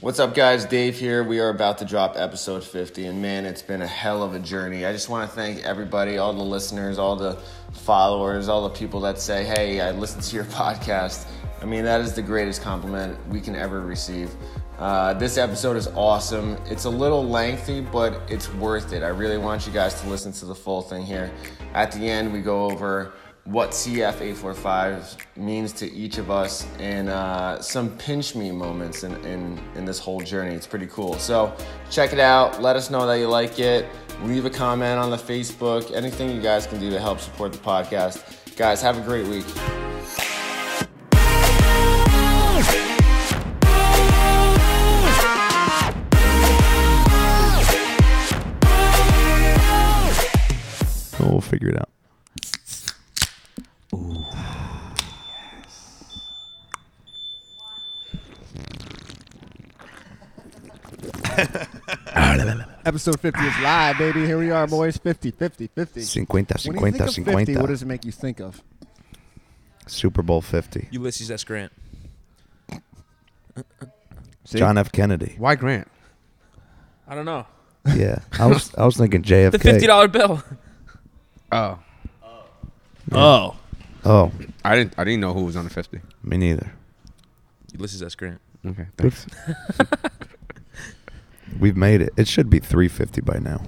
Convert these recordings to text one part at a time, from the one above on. What's up, guys? Dave here. We are about to drop episode 50, and man, it's been a hell of a journey. I just want to thank everybody, all the listeners, all the followers, all the people that say, Hey, I listened to your podcast. I mean, that is the greatest compliment we can ever receive. Uh, this episode is awesome. It's a little lengthy, but it's worth it. I really want you guys to listen to the full thing here. At the end, we go over what CF845 means to each of us and uh, some pinch me moments in, in, in this whole journey. It's pretty cool. So check it out. Let us know that you like it. Leave a comment on the Facebook. Anything you guys can do to help support the podcast. Guys, have a great week. We'll figure it out. Episode 50 is live, baby. Here we are, boys. 50, 50, 50. 50, when you think of 50, 50, what does it make you think of? Super Bowl 50. Ulysses S. Grant. See? John F. Kennedy. Why Grant? I don't know. Yeah. I was I was thinking JFK. The fifty dollar bill. Oh, Oh. Oh, I didn't. I didn't know who was on the fifty. me neither. Ulysses S. Grant. Okay, Good thanks. f- We've made it. It should be 350 by now.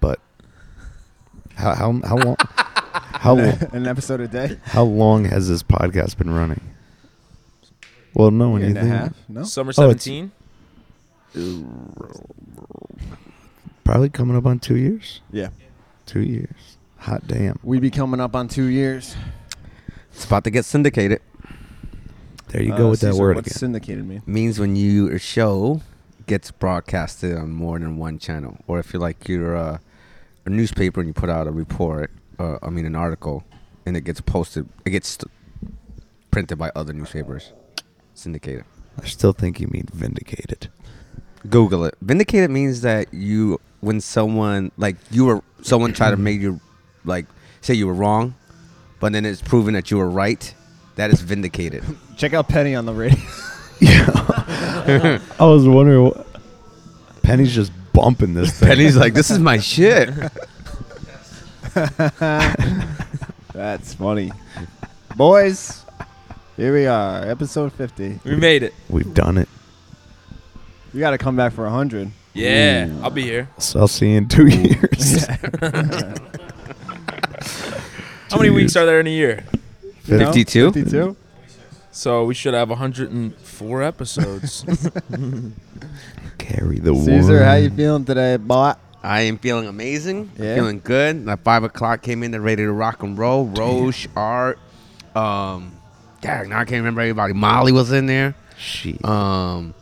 But how how how long how lo- An episode a day? how long has this podcast been running? Well, no, when Year you and a think half? No? Summer Oh, it's- seventeen. probably coming up on 2 years. Yeah. 2 years. Hot damn. We be coming up on two years. It's about to get syndicated. There you go Uh, with that Caesar, word what's again. syndicated mean? Means when your show gets broadcasted on more than one channel, or if you're like you're uh, a newspaper and you put out a report, uh, I mean an article, and it gets posted, it gets st- printed by other newspapers. Syndicated. I still think you mean vindicated. Google it. Vindicated means that you, when someone like you were, someone tried to make you, like say you were wrong, but then it's proven that you were right. That is vindicated. Check out Penny on the radio. I was wondering. What, Penny's just bumping this thing. Penny's like, this is my shit. That's funny. boys, here we are. Episode 50. We made it. We've done it. We got to come back for 100. Yeah. I'll be here. So I'll see you in two years. How many Two weeks years. are there in a year? You know? 52? 52? So we should have hundred and four episodes. Carry the Caesar, how you one. feeling today, boy? I am feeling amazing. I'm Yeah. Feeling good. At five o'clock came in, they're ready to rock and roll. Roche, Art, um, dang, now I can't remember everybody. Molly was in there. Shit. Uh, Um,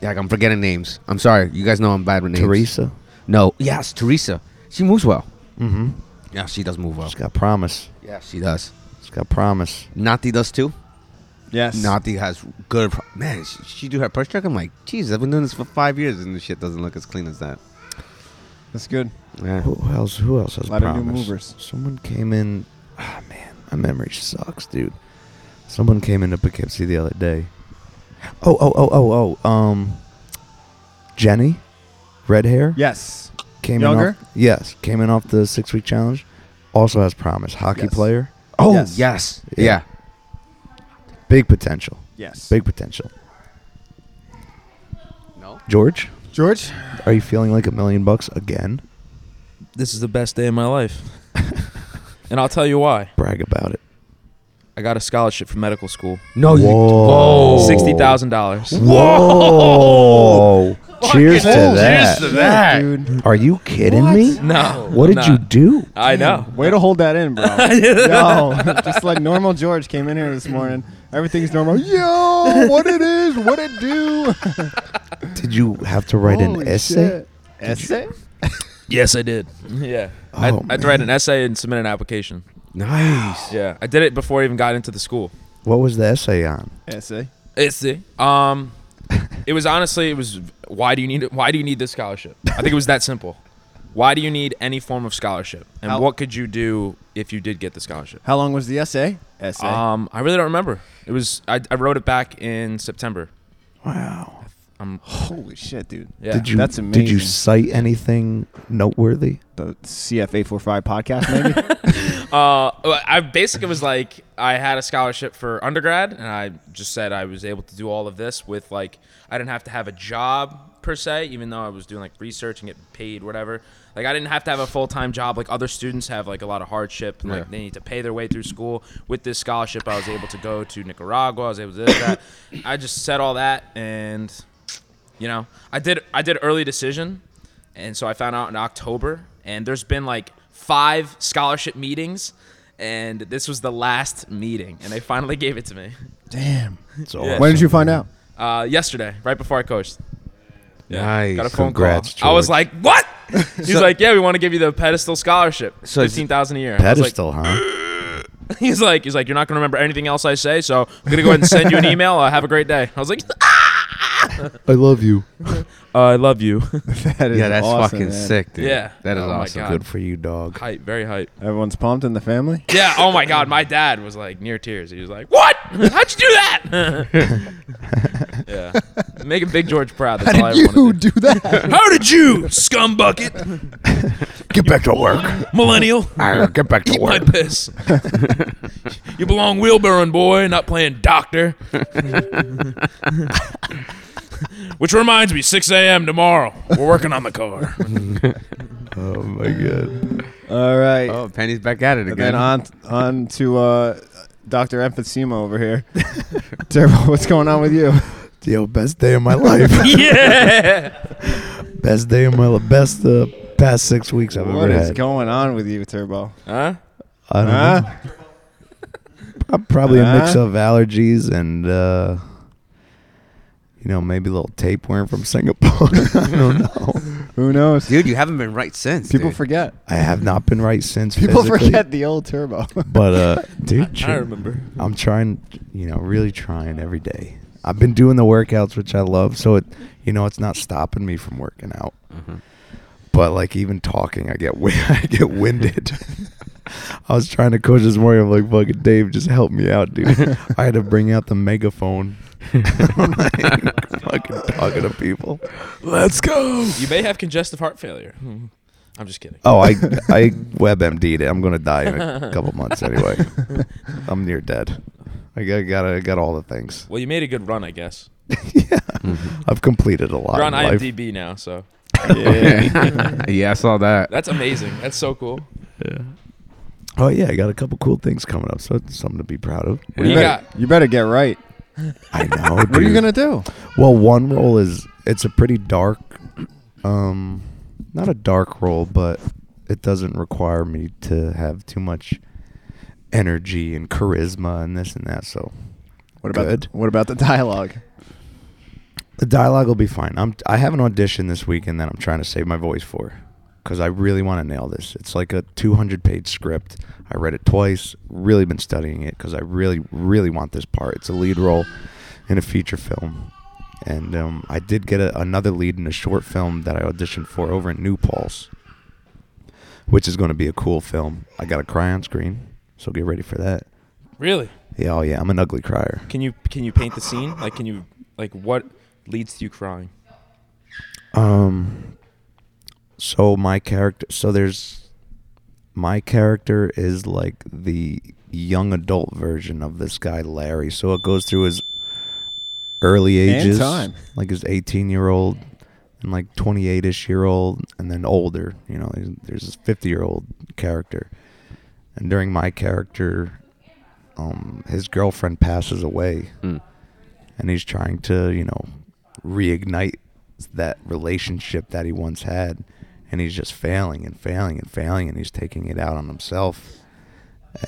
yeah, I'm forgetting names. I'm sorry. You guys know I'm bad with names. Teresa. No. Yes, Teresa. She moves well. Mm-hmm. Yeah, she does move well. She's got promise. Yeah, she does. She's got promise. Nati does too. Yes. Nati has good. Pro- Man, she, she do her purse check. I'm like, jeez, I've been doing this for five years, and this shit doesn't look as clean as that. That's good. Yeah. Who else? Who else has Lot of promise? new movers. Someone came in. Ah, man, my memory sucks, dude. Someone came into Poughkeepsie the other day. Oh, oh, oh, oh, oh. Um, Jenny, red hair. Yes. came In Younger? off, yes, came in off the six week challenge. Also has promise. Hockey Yes. player, Oh Yes. yes. Yeah. yeah. big potential, Yes. big potential. No. George, George? are you feeling like a million bucks again? this is the best day of my life. and I'll tell you why. Brag about it. I got a scholarship from medical school. No, you- Whoa. whoa. Sixty thousand dollars. Whoa! Cheers to that. Yeah, dude. Are you kidding me? No. What did nah. you do? I know. Way to hold that in, bro. Yo, just like normal George came in here this morning. Everything's normal. Yo, what it is, what it do. Did you have to write an Holy essay? shit. Essay? Yes, I did. Yeah. I, Oh, I had to man. write an essay and submit an application. Nice. Yeah. I did it before I even got into the school. What was the essay on? Essay. It's the um, it was honestly it was why do you need it? Why do you need this scholarship? I think it was that simple. Why do you need any form of scholarship? And How- what could you do if you did get the scholarship? How long was the essay? Essay. Um, I really don't remember. It was I, I wrote it back in September. Wow. I'm Holy shit, dude. yeah. Did you? That's Did you amazing. cite anything noteworthy? The CF845 podcast, maybe? Uh, well, I basically was like, I had a scholarship for undergrad, and I just said I was able to do all of this with like, I didn't have to have a job per se, even though I was doing like research and get paid whatever. Like I didn't have to have a full time job like other students have like a lot of hardship and like Yeah. they need to pay their way through school. With this scholarship, I was able to go to Nicaragua. I was able to do this, that. I just said all that, and you know, I did I did early decision, and so I found out in October. And there's been like five scholarship meetings, and this was the last meeting, and they finally gave it to me Damn. It's When did you find out? uh, yesterday, right before I coached. Nice. Got a phone Congrats, call. I was George. like, "What?" He's like, "Yeah, we want to give you the pedestal scholarship, So it's- fifteen thousand a year." I was like- pedestal, huh? he's like, "He's like, you're not gonna remember anything else I say, so I'm gonna go ahead and send you an email. Uh, have a great day." I was like, I love you. "I love you." That is Yeah, that's awesome, fucking man. sick, dude. Yeah. that is Oh my awesome. God. Good for you, dog. hype, very hype. Everyone's pumped in the family? Yeah. Oh my God, my dad was like near tears. He was like, "What? How'd you do that?" yeah, making Big George proud. That's all I ever wanted to do that? do. How did you, scumbucket, Get back to work. millennial? Get back to Eat my piss. you belong wheelbarrowing, boy, not playing doctor. Which reminds me, 6 a.m. tomorrow. We're working on the car. Oh my god. All right. Oh, Penny's back at it and again. uh, then on, on to uh, Dr. Emphysema over here. Turbo, what's going on with you? Yo, best day of my life. yeah. best day of my li Best uh, past six weeks I've What ever is had. going on with you, Turbo? Huh? I don't know. Huh? Prob- Probably a mix Huh? of allergies and, uh, you know, maybe a little tapeworm from Singapore. I don't know. Who knows? dude, you haven't been right since. People dude. forget. I have not been right since. People physically, forget the old Turbo. But uh, dude, I remember. I'm trying, you know, really trying every day. I've been doing the workouts, which I love. So it, you know, it's not stopping me from working out. But like even talking, I get wi- I get winded. I was trying to coach this morning. I'm like, fucking Dave, just help me out, dude. I had to bring out the megaphone. like, fucking talking to people. Let's go. You may have congestive heart failure. Hmm. I'm just kidding. Oh, I I WebMD'd it. I'm gonna die in a couple months anyway. I'm near dead. I got got I got all the things. Well, you made a good run, I guess. I've completed a lot. You're on in life. IMDb now, so yeah, I saw that. that's amazing. That's so cool. Oh yeah, I got a couple cool things coming up, so it's something to be proud of. What do you got? you better get right. I know. What are you dude. gonna do? Well, one roll is it's a pretty dark, um, not a dark roll, but it doesn't require me to have too much energy and charisma and this and that. So What about Good. what about the dialogue? The dialogue will be fine. I'm I have an audition this weekend that I'm trying to save my voice for cuz I really want to nail this. It's like a 200-page script. I read it twice, really been studying it cuz I really really want this part. It's a lead role in a feature film. And um, I did get a, another lead in a short film that I auditioned for over in New Paltz, which is going to be a cool film. I got to cry on screen, so get ready for that. Really? Yeah, oh yeah, I'm an ugly crier. Can you can you paint the scene? Like, can you like what leads to you crying? Um. So my character. So there's. My character is like the young adult version of this guy Larry. So it goes through his early And ages, time. like his 18 year old and like 28 ish year old, and then older. You know, there's- there's this 50 year old character, and during my character, um, his girlfriend passes away, and he's trying to you know reignite that relationship that he once had and he's just failing and failing and failing and he's taking it out on himself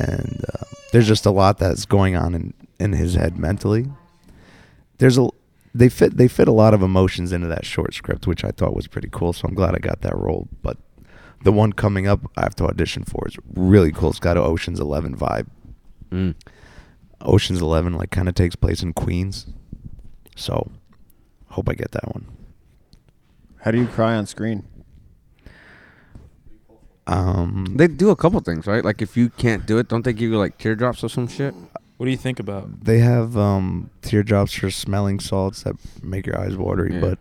and uh, there's just a lot that's going on in, in his head mentally there's a they fit they fit a lot of emotions into that short script which i thought was pretty cool so i'm glad i got that role but the one coming up i have to audition for is really cool it's got an oceans 11 vibe Mm. oceans 11 like kind of takes place in queens so hope i get that one How do you cry on screen? um They do a couple things, right? Like if you can't do it, don't they give you like teardrops or some shit? What do you think about? They have um, teardrops for smelling salts that make your eyes watery. Yeah. But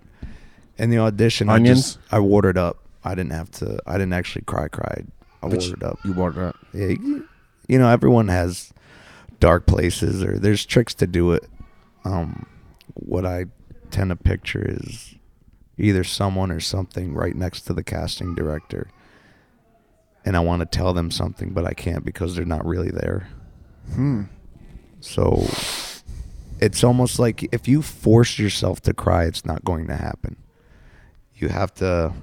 in the audition, I Onions? just I watered up. I didn't have to. I didn't actually cry. Cried. I watered up. You brought it up. Yeah, you you know, everyone has dark places or there's tricks to do it. Um, what I tend to picture is either someone or something right next to the casting director. And I want to tell them something, but I can't because they're not really there. Hmm. So it's almost like if you force yourself to cry, it's not going to happen. You have to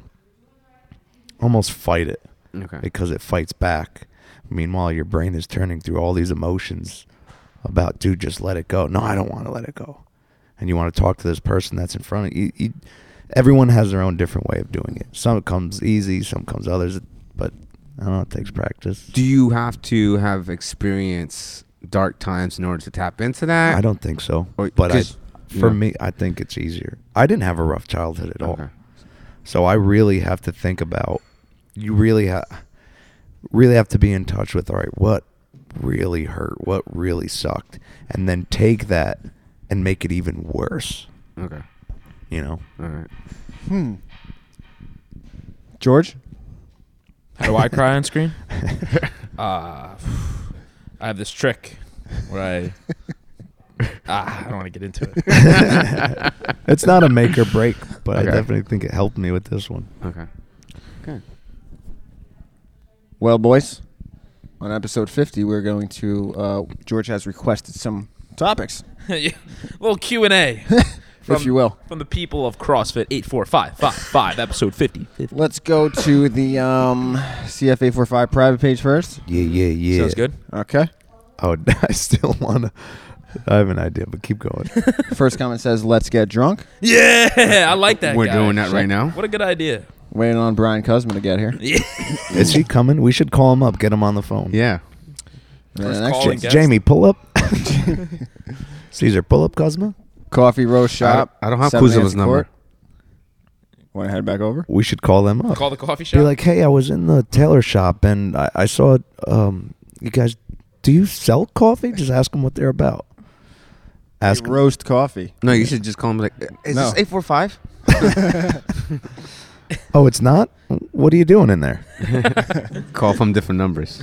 almost fight it Okay. because it fights back. Meanwhile, your brain is turning through all these emotions about, dude, just let it go. No, I don't want to let it go. And you want to talk to this person that's in front of you. you everyone has their own different way of doing it. Some comes easy, some comes others, but I don't know, it takes practice. Do you have to have experience dark times in order to tap into that? I don't think so. Or- But I, 'cause- for no. me, I think it's easier. I didn't have a rough childhood at all. Okay. So I really have to think about. You really have, really have to be in touch with. All right, what really hurt? What really sucked? And then take that and make it even worse. Okay. You know. All right. Hmm. George? How do I cry on screen? Uh, I have this trick where I. Ah, I don't want to get into it. it's not a make or break, but I Okay. definitely think it helped me with this one. Okay. Okay. Well, boys, on episode 50, we're going to. Uh, George has requested some topics, Yeah, little Q and A if you will. from the people of CrossFit eight four five five five episode fifty. Let's go to the um, CF845 private page first. Yeah, yeah, yeah. Sounds good. Okay. Oh, I still wanna. I have an idea, but keep going. First comment says, let's get drunk. Yeah, I like that. We're guy. doing that right now. What a good idea. Waiting on Brian Cosman to get here. Is he coming? We should call him up. Get him on the phone. Yeah. And First the next call one, and J- guest. Jamie, pull up. Caesar, pull up Cosmo. Coffee Roast Shop. I don't have Seven Kuzova's Anson number. Court. Want to head back over? We should call them up. Call the coffee shop. Be like, hey, I was in the tailor shop and I, I saw um, you guys. Do you sell coffee? Just ask them what they're about. Ask. Hey, roast coffee. No, you should just call him like, is No. this 845? Oh, it's not. What are you doing in there? Call from different numbers.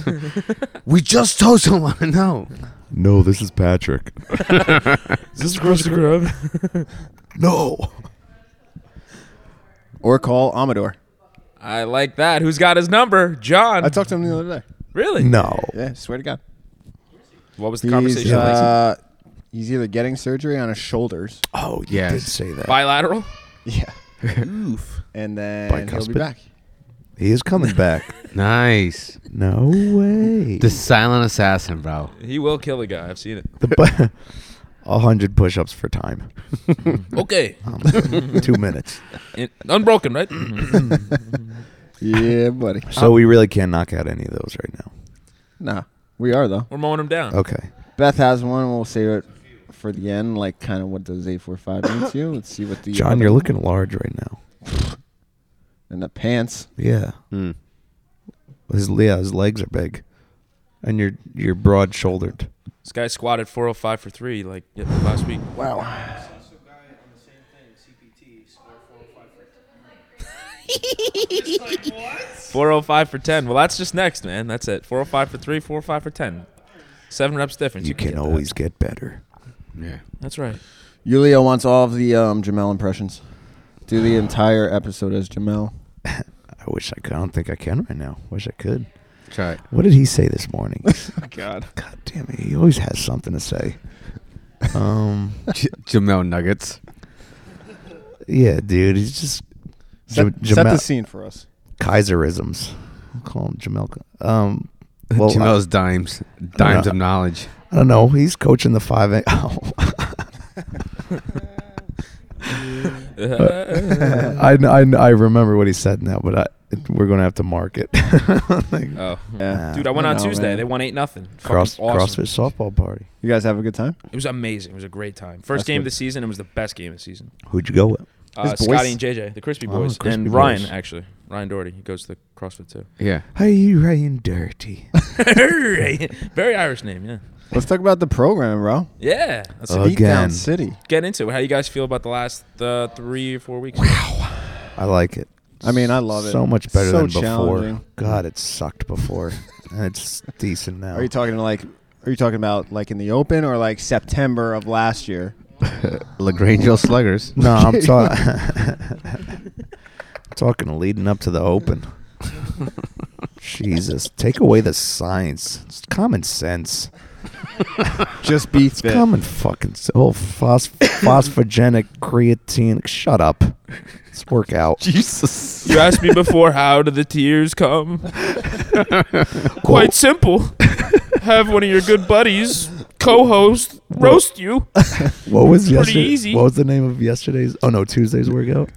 we just told someone. No. No, this is Patrick. Is this across the grove? No. Or call Amador. I like that. Who's got his number? John. I talked to him the other day. really? No. Yeah, swear to God. What was the He's, conversation? like? uh, he's either getting surgery on his shoulders. Oh, you Yes. did say that. Bilateral. Yeah. Oof. And then he'll Bicuspid? be back. He is coming back. Nice. no way. The silent assassin, bro. He will kill the guy. I've seen it. The bu- A hundred push-ups for time. Okay. Um, two minutes. In- Mm-hmm. unbroken, right? Yeah, buddy. So we really can't knock out any of those right now. Nah, we are though. We're mowing him Oh. down. Okay. Beth has one. We'll save it for the end. Like kind of what does eight four five mean to you? Let's see what the John, you're looking large right now. and the pants. Yeah. Mm. His yeah, his legs are big, and you're you're broad shouldered. This guy squatted 405 for three like yeah, last week. Wow. Four oh five for ten. Well, that's just next, man. That's it. Four oh five for three. Four oh five for ten. Seven reps difference. You can get that. always get better. Yeah. That's right. Yulia wants all of the um, Jamel impressions. Do the entire episode as Jamel. I wish I could. I don't think I can right now. Wish I could. Try it. What did he say this morning? God. God damn it! He always has something to say. Um. J- Jamel Nuggets. Yeah, dude. He's just Set, Ja- set the Jamel- scene for us. Kaiserisms. I'll call him Jamel. Um. Well, I, Jamel's dimes. Dimes know. of knowledge. I don't know. He's coaching the five. A- oh. Uh, I, kn- I kn- I remember what he said now, but I it- we're gonna have to mark it. Like, uh, oh, Yeah. dude, I went I on know, Tuesday. man. They won eight nothing. cross awesome. CrossFit softball party. You guys have a good time. It was amazing. It was a great time. First That's game good. of the season. It was the best game of the season. Who'd you go with? Uh, His boys? Scotty and JJ, the Crispy Oh, Boys, Crispy and Ryan Boys. actually. Ryan Doherty. He goes to the CrossFit too. Yeah. Hey, you Ryan Dirty. Very Irish name, yeah. Let's talk about the program, bro. Yeah. Let's Uh, Beat down Again. City. get into it. How you guys feel about the last uh, three or four weeks? I like it. I mean, I love it. So much better So than before. challenging. God, it sucked before. it's decent now. Are you talking like? Are you talking about like in the open or like September of last year? Lagrange Sluggers. no, I'm talking. talking leading up to the open. Jesus, take away the science. It's common sense. Just beats It's common fucking s- oh phos- phosphogenic creatine. Shut up. Let's work out. Jesus. You asked me before how do the tears come? Quite simple. Have one of your good buddies, co-host, roast you. What was pretty yesterday? easy. What was the name of yesterday's? Oh no, Tuesday's workout.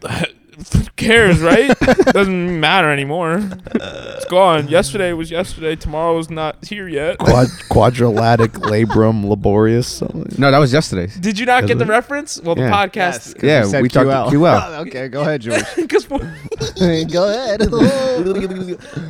Cares, right? Doesn't matter anymore. It's gone. Yesterday was yesterday. Tomorrow's not here yet. Quad, quadrilatic labrum laborious. Something. No, that was yesterday. Did you not get the reference? Well, the Yeah. podcast. Yeah, said Oh, we talked to QL. okay, go ahead, George. 'Cause for- go ahead.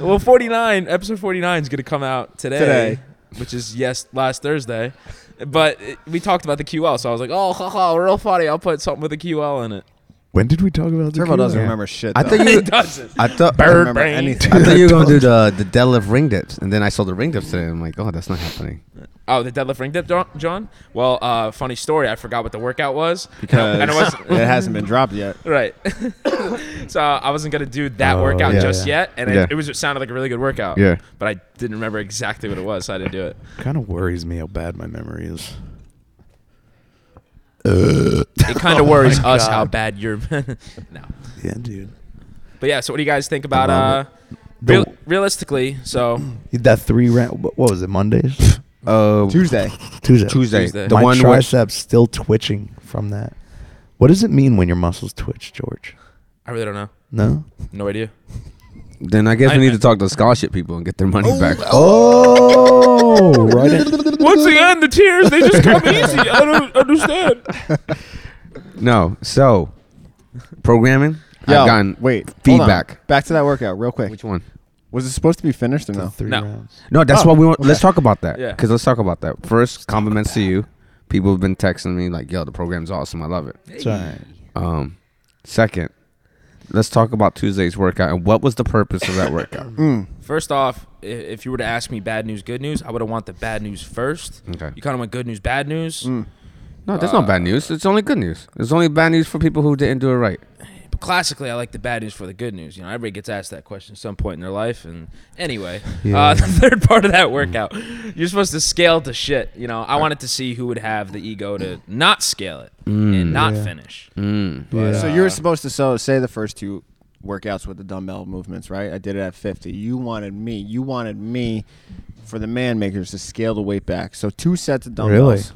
well, 49, episode 49 is going to come out today, Today. which is yes, last Thursday. But it, we talked about the QL, so I was like, oh, haha, real funny. I'll put something with a QL in it. When did we talk about the Turbo doesn't Cuban? remember shit. I though. thought you. It doesn't. I thought. um, I don't Bird remember brain. anything. I thought you were gonna do the the deadlift ring dips, and then I saw the ring dips today. and I'm like, oh, that's not happening. Oh, the deadlift ring dip, Jo- John? Well, uh, funny story. I forgot what the workout was. and I- and I Because wasn't- it hasn't been dropped yet. Right. so I wasn't going to do that Oh, workout yeah, just yeah. yet. And it, Yeah. it was it sounded like a really good workout. Yeah. But I didn't remember exactly what it was, so I didn't do it. Kind of worries me how bad my memory is. It kind of worries us how bad you're. no. Yeah, dude. But yeah, so what do you guys think about uh, love The- real, realistically? So That three round. What what was it? Mondays, Uh, Tuesday. Tuesday. Tuesday, Tuesday. the My one where triceps still twitching from that. What does it mean when your muscles twitch, George? I really don't know. No. No idea. Then I guess I- we need to talk to the scholarship people and get their money back. Oh, Oh, right. in- Once again, the tears, they just come easy. I don't understand. No, so programming. Yo, I've gotten wait, hold on. feedback. Back to that workout real quick. Which one? Was it supposed to be finished or no? Three No. rounds. No, that's Oh, what we want. Let's talk about that. Yeah. Because let's talk about that. First, compliments to you. People have been texting me like, "Yo, the program's awesome. I love it." It's all right. Um, second, let's talk about Tuesday's workout and what was the purpose of that workout. First off, i- if you were to ask me bad news, good news, I would have want the bad news first. Okay. You kind of went good news, bad news. No, that's not bad news. It's only good news. It's only bad news for people who didn't do it right. But classically, I like the bad news for the good news. You know, everybody gets asked that question at some point in their life. And anyway, uh, the third part of that workout, you're supposed to scale to shit. You know, I wanted to see who would have the ego to not scale it and not finish. So you were supposed to so say the first two workouts with the dumbbell movements, right? I did it at 50. You wanted me. You wanted me for the man makers to scale the weight back. So two sets of dumbbells.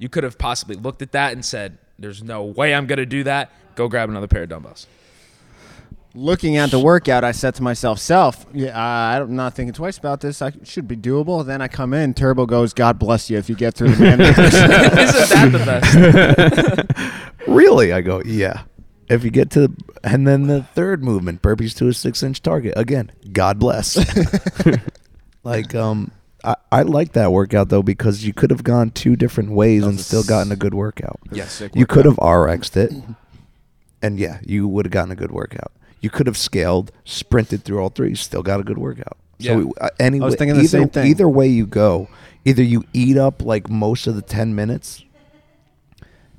You could have possibly looked at that and said, "There's no way I'm gonna do that." Go grab another pair of dumbbells. Looking at the workout, I said to myself, "Self, yeah, I- I'm not thinking twice about this. I should be doable." Then I come in. Turbo goes, "God bless you if you get through the man makers." Isn't that the best? Really? I go, yeah. If you get to, and then the third movement, burpees to a six inch target. Again, God bless. like, um, I, I like that workout though because you could have gone two different ways and still gotten a good workout. yes. You could have RX'd it, and yeah, you would have gotten a good workout. You could have scaled, sprinted through all three, still got a good workout. Yeah. So uh, any I was way- thinking the either, same thing. Either way you go, either you eat up like most of the ten minutes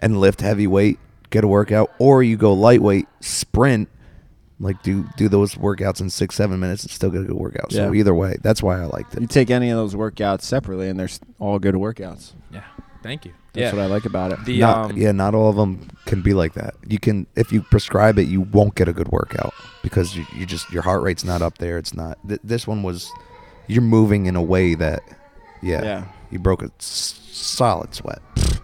and lift heavy weight, get a workout, or you go lightweight, sprint, like do do those workouts in six seven minutes and still get a good workout. So Yeah. either way, that's why I liked you it. take any of those workouts separately, and they're s- all good workouts. Yeah. Thank you. yeah. That's what I like about it. the Not- um, yeah, not all of them can be like that. You can if you prescribe it, you won't get a good workout because you, you just your heart rate's not up there. It's not. Th- this one was, you're moving in a way that, yeah, Yeah. you broke a s- solid sweat.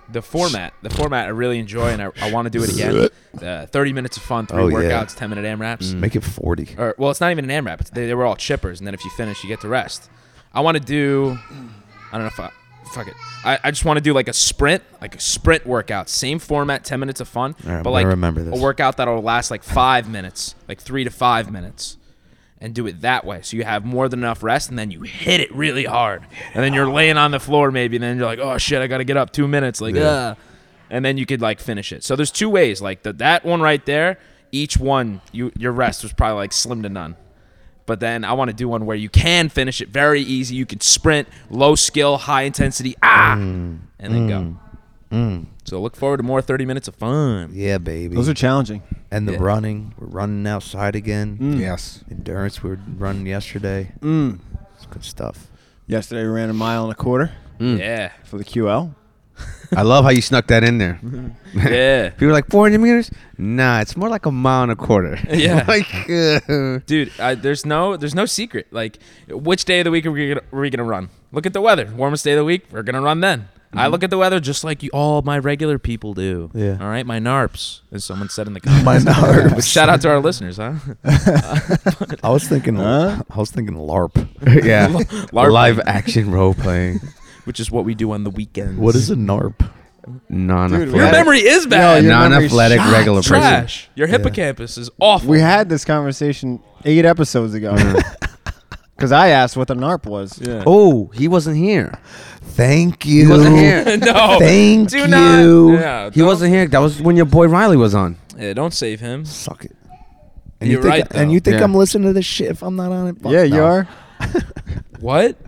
the format, the format I really enjoy, and I, I want to do it again. Uh, Thirty minutes of fun, three Oh, yeah. workouts, ten minute AMRAPs. Mm. Make it forty. Uh, Or well, it's not even an AMRAP. It's, they, they were all chippers, and then if you finish, you get the rest. I want to do. I don't know if I. Fuck it. I, I just want to do like a sprint, like a sprint workout. Same format, ten minutes of fun, All right, I'm but gonna like remember this. a workout that'll last like five minutes, like three to five minutes, and do it that way. So you have more than enough rest, and then you hit it really hard, and then you're laying on the floor maybe, and then you're like, oh shit, I gotta get up two minutes, like, ugh. and then you could like finish it. So there's two ways, like the, that one right there. Each one, you your rest was probably like slim to none. But then I want to do one where you can finish it very easy. You can sprint, low skill, high intensity, ah, Mm. and then go. So look forward to more 30 minutes of fun. Yeah, baby. Those are challenging. and the yeah. running. We're running outside Mm-hmm. again. Yes. Endurance. We were running yesterday. It's good stuff. Yesterday we ran a mile and a quarter Mm. Yeah. for the QL. I love how you snuck that in there. Yeah. People are like 400 meters. Nah, it's more like a mile and a quarter. Yeah. like, uh, Dude, I, there's no there's no secret. Like, which day of the week are we gonna, are we gonna run? Look at the weather. Warmest day of the week, we're gonna run then. I look at the weather just like you, all my regular people do. Mm-hmm. Yeah. All right, my narps, as someone said in the comments. My nerves. Shout out to our listeners, huh? I was thinking. Huh? I was thinking LARP. yeah. LARP. Live action role playing. Which is what we do on the weekends. What is a NARP? Non Your Yeah. athletic. memory is bad. your Non memory's athletic shot regular person. trash. Your hippocampus is awful. We had this conversation eight episodes ago. Because I asked what the NARP was. Yeah. Oh, he wasn't here. Thank He wasn't you. here. no. Thank do you. Not, yeah, He don't- wasn't here. That was when your boy Riley was on. Yeah, don't save him. Suck it. You're think, right, And you think Yeah. I'm listening to this shit if I'm not on it? Fuck Yeah, you no. are. What?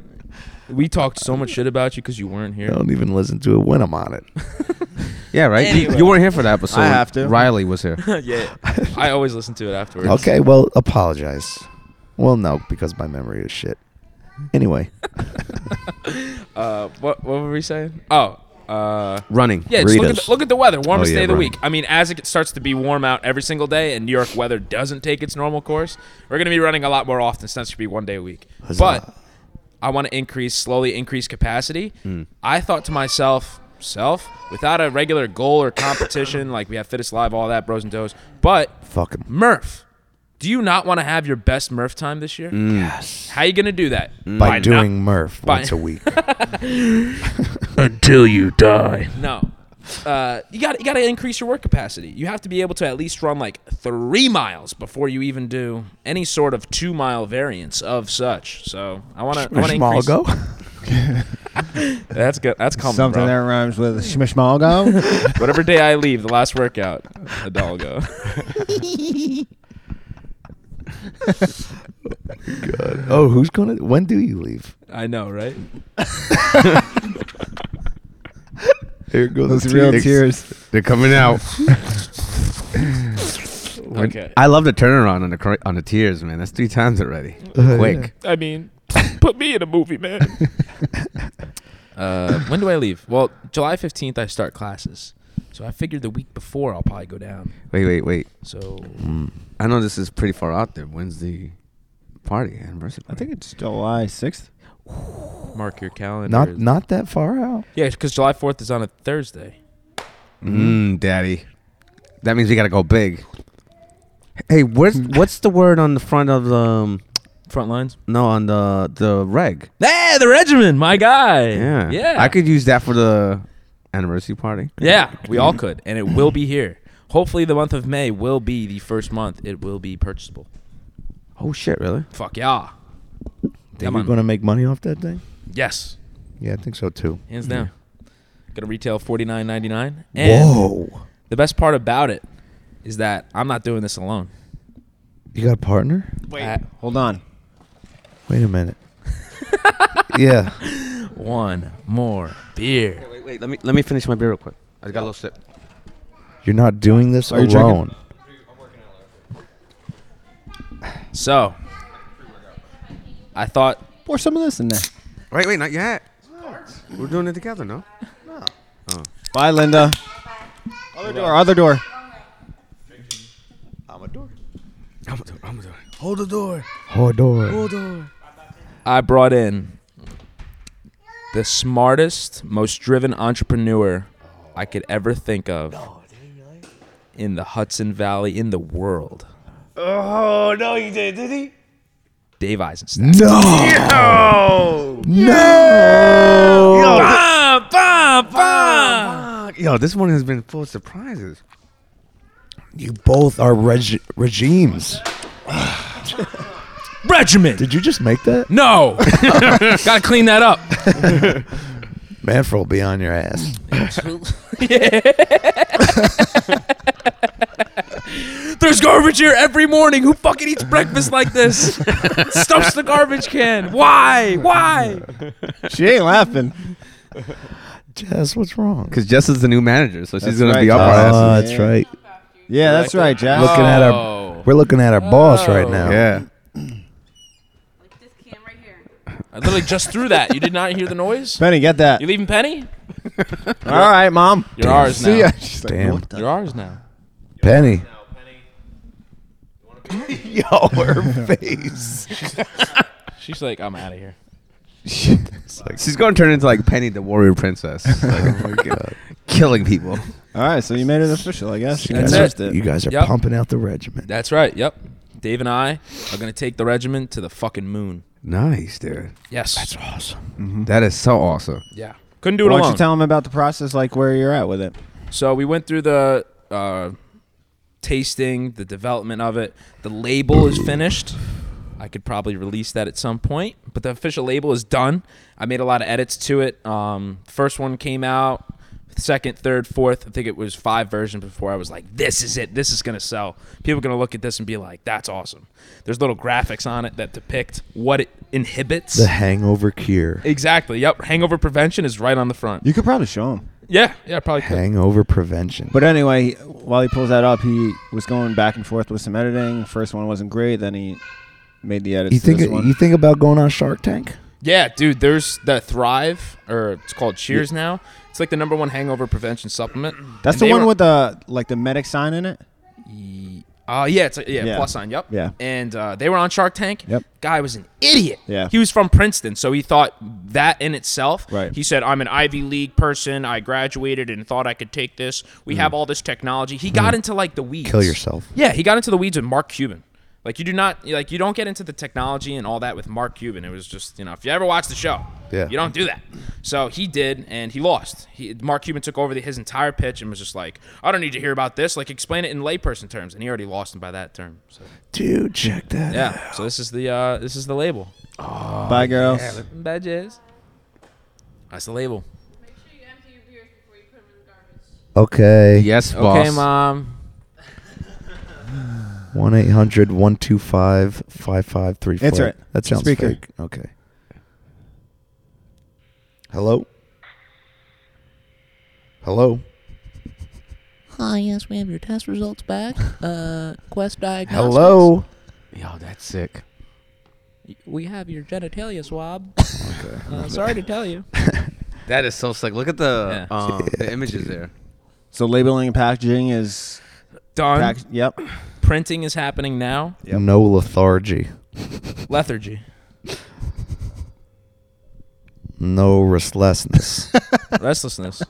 We talked so much shit about you because you weren't I here. don't even listen to it when I'm on it. Yeah, right? Anyway. You weren't here for that episode. I have to. Riley was here. yeah, I always listen to it afterwards. Okay, well, apologize. Well, no, because my memory is shit. Anyway, Uh, what what were we saying? Oh, uh, Running. yeah. Just look, at Burritos. the, look at the weather. Warmest Oh, yeah, day of the bro. week. I mean, as it starts to be warm out every single day, and New York weather doesn't take its normal course, we're gonna be running a lot more often. Since it should be one day a week, but I want to increase slowly increase capacity. Hmm. I thought to myself, self, without a regular goal or competition, like we have fittest live, all that bros and does, but fuck him. Murph, do you not want to have your best Murph time this year? Yes. How you gonna do that? Mm. By, not- doing Murph by- once a week. Until you die. no. Uh, you got you got to increase your work capacity. You have to be able to at least run like three miles before you even do any sort of two mile variance of such. So I want to. I want to increase. Schmalgo? That's good. That's coming, Something bro. that rhymes with schmishmalgo. Whatever day I leave, the last workout, a doll go. Oh, who's gonna? When do you leave? I know, right? Here goes Those real tears. They're coming out. Okay. I love the turnaround on the cor- on the tears, man. That's three times already. Quick. I mean, put me in a movie, man. uh, when do I leave? Well, July 15th, I start classes. So I figured the week before I'll probably go down. Wait, wait, wait. So I know this is pretty far out there. When's the party anniversary? I Party? think it's July 6th. mark your calendar. Not not that far out. yeah, because July 4th is on a Thursday. Mm, daddy. That means we gotta go big. Hey, where's what's the word on the front of the um, Front lines. no on the the reg? Hey, the regiment, my guy. Yeah, Yeah. I could use that for the anniversary party. Yeah, we all could, and it will be here. Hopefully, the month of May will be the first month it will be purchasable. Oh shit, really? Fuck yeah. Think Come you're on. gonna make money off that thing? Yes, Yeah, I think so too. hands down. Gonna retail forty nine ninety nine. And Whoa! The best part about it is that I'm not doing this alone. You got a partner? Wait. Hold on. Wait a minute. yeah. one more beer. Wait, wait. Let me let me finish my beer real quick. I got a little sip. You're not doing this Are you drinking? alone. So, I thought Pour some of this in there. Wait, wait, not yet. We're doing it together, no? Bye, Linda. Other door. Other door. I'm gonna do it. I'm gonna do it. Hold the door. Hold on. I brought in the smartest, most driven entrepreneur I could ever think of in the Hudson Valley in the world. Oh, no, he did, did he? Dave Eisenstadt. Yo, this one has been full of surprises. You both are reg- regimes. regiment. Did you just make that? no, gotta clean that up. Manfred will be on your ass. There's garbage here every morning. Who fucking eats breakfast like this? Stuffs the garbage can. Why? Why? She ain't laughing. Jess, what's wrong? Because Jess is the new manager, so she's That's gonna right, be up our Jess. asses. Ah, asses. that's right. Yeah, that's right, Jack. Oh. Looking at Oh. our, we're looking at our boss right now. Yeah. Like this cam right here. I literally just threw that. You did not hear the noise. Penny, get that. You leaving Penny? All right, mom. You're ours now. See ya. She's like, Damn, what the- You're ours now. Penny. Yo, her face. She's like, I'm out of here. She's gonna turn into like Penny the Warrior Princess, like, Oh my god. killing people. All right, so you made it official, I guess. She You guys That's are, it. you guys are Yep. pumping out the regiment. That's right. Yep. Dave and I are gonna take the regiment to the fucking moon. Nice, dude. Yes. That's right. That is so awesome. Yeah. Couldn't do it Why don't alone. you tell them about the process, like where you're at with it? So we went through the uh, tasting, the development of it. The label is finished. I could probably release that at some point, but the official label is done. I made a lot of edits to it. Um, first one came out, second, third, fourth. I think it was five versions before I was like, "This is it. This is gonna sell. People are gonna look at this and be like, that's awesome." There's little graphics on it that depict what it inhibits. The hangover cure. exactly. Yep. Hangover prevention is right on the front. You could probably show them. Yeah. Yeah. I Probably. Could. Hangover prevention. But anyway, while he pulls that up, he was going back and forth with some editing. First one wasn't great. Then he made the edits. you to think this one. you think about going on Shark Tank? Yeah, dude, there's the Thrive, or it's called Cheers now. It's like the number one hangover prevention supplement. that's And the they one were- with the like the medic sign in it? Uh, yeah, it's a, yeah, Yeah. plus sign. Yep. Yeah. And uh, they were on Shark Tank. Yep. Guy was an idiot. Yeah. He was from Princeton, so he thought that in itself. Right. He said, "I'm an Ivy League person. I graduated and thought I could take this. We Mm-hmm. have all this technology." He got into like the weeds. Kill yourself. Yeah, he got into the weeds with Mark Cuban. Like you do not like you don't get into the technology and all that with Mark Cuban. It was just you know if you ever watch the show, Yeah. you don't do that. So he did, and he lost. He, Mark Cuban took over the, his entire pitch and was just like, I don't need to hear about this. Like explain it in layperson terms, and he already lost him by that term. So Dude, check that. out. yeah, so this is the uh, this is the label. Bye, girls. Badges. That's the label. Make sure you empty your beers before you put them in the garbage. Okay. Yes, boss. Okay, mom. One 800 125 5534 Answer it. That sounds Speaker. fake. Okay. Hello. Hello. Hi, yes, we have your test results back. Uh, Quest Diagnostics. Hello. Yo, that's sick. We have your genitalia swab. Uh, sorry to tell you. That is so sick. Look at the Yeah. um, the images there. So labeling and packaging is Done. pack- yep. Printing is happening now. No lethargy. Lethargy. No restlessness. Restlessness.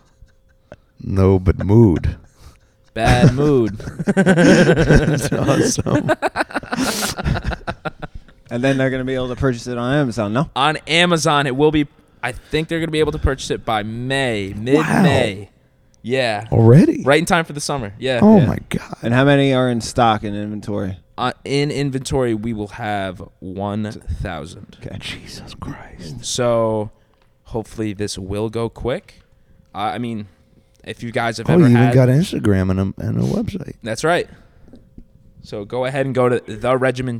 no but mood. Bad mood. That's awesome. And then they're gonna be able to purchase it on Amazon. No, on Amazon. It will be. I think they're going to be able to purchase it by May, mid-May. Yeah, Already. right in time for the summer. Yeah. Oh Yeah. my god. and how many are in stock and inventory? Uh, in inventory, we will have one thousand. Okay. Jesus Christ. So, hopefully, this will go quick. I I mean, if you guys have Oh, you ever even had, got Instagram and a, and a website. that's right. So go ahead and go to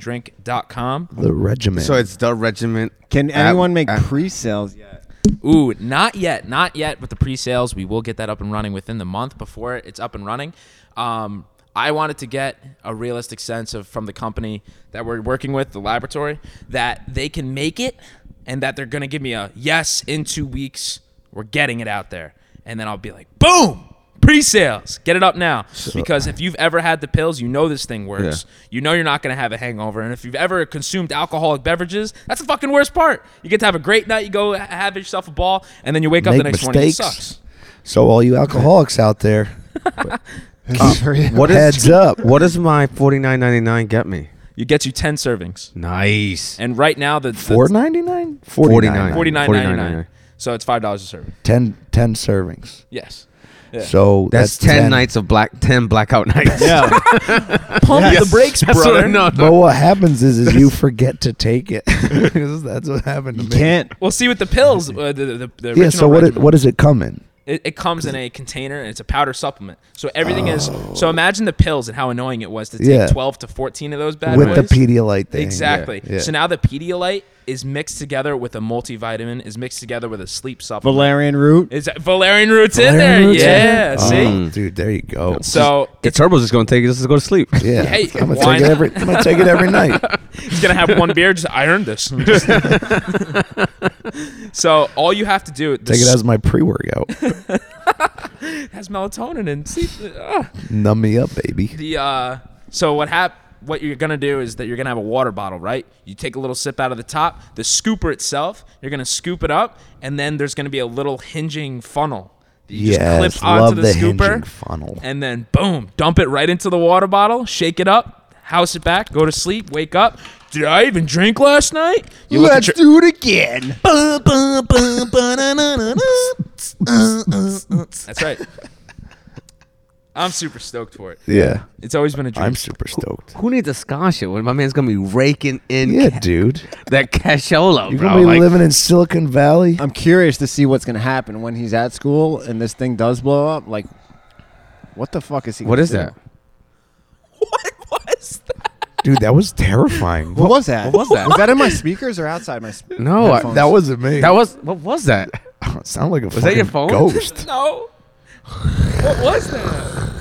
theregimentdrink.com. The regiment. So it's the regiment. Can At- anyone make at- pre-sales yet? Ooh, not yet, not yet with the pre-sales. We will get that up and running within the month before it's up and running. Um, I wanted to get a realistic sense of from the company that we're working with, the laboratory, that they can make it and that they're going to give me a yes in 2 weeks. We're getting it out there. And then I'll be like, "Boom! Pre-sales. Get it up now." because if you've ever had the pills, you know this thing works. You know you're not going to have a hangover. And if you've ever consumed alcoholic beverages, that's the fucking worst part. You get to have a great night, you go ha- have yourself a ball, and then you wake up Make the next morning. It sucks. So all you alcoholics out there, Oh, What is heads up. what does my forty nine ninety nine get me? You get you 10 servings. Nice. And right now the, the Four ninety nine? $49.99. 49.99. $49.99. So it's $5 a serving. Ten ten servings. Yes. So that's, That's, ten, nights of black, ten blackout nights. Yeah. Pump the brakes, That's what I brother. know. But what happens is, is you forget to take it. that's what happened to you me. can't. Well, see with the pills, uh, the, the, the yeah. original So what? It, regimen, what does it come in? it, it comes in a container and it's a powder supplement. So everything is. So imagine the pills and how annoying it was to take Oh. Yeah. twelve to fourteen of those bad with boys. the Pedialyte thing. Exactly. Yeah. So now the Pedialyte is mixed together with a multivitamin, is mixed together with a sleep supplement. Valerian root. is that Valerian roots in Iron there? roots in yeah. it? See. Oh, dude, there you go. So The turbo's just gonna take it just to go to sleep. yeah, Hey, I'm gonna why take it not? every. I'm gonna take it every night. he's gonna have one beer. Just I earned this. so all you have to do Take it as my pre-workout. has melatonin uh, and sleep. Ugh. Numb me up, baby. The uh, so what hap- What you're gonna do is that you're gonna have a water bottle, right? You take a little sip out of the top. The scooper itself, you're gonna scoop it up, and then there's gonna be a little hinging funnel. that You Yes, just clip onto love the, the hinging scooper, funnel. and then boom, dump it right into the water bottle. Shake it up, house it back, go to sleep, wake up. Did I even drink last night? You look at your- do it again. That's right. I'm super stoked for it. Yeah, It's always been a dream. I'm super stoked. Who needs a scholarship when my man's gonna be raking in Yeah, ca- dude. that cashola, You're bro? gonna be Like, living in Silicon Valley. I'm curious to see what's gonna happen when he's at school and this thing does blow up. Like, what the fuck is he? what gonna is do? that? what was that? Dude, that was terrifying. What, was that? what was that? Was that in my speakers or outside my? Spe- No, I- that wasn't me. that was what was that? sound like a that your fucking phone? ghost. No. What was that?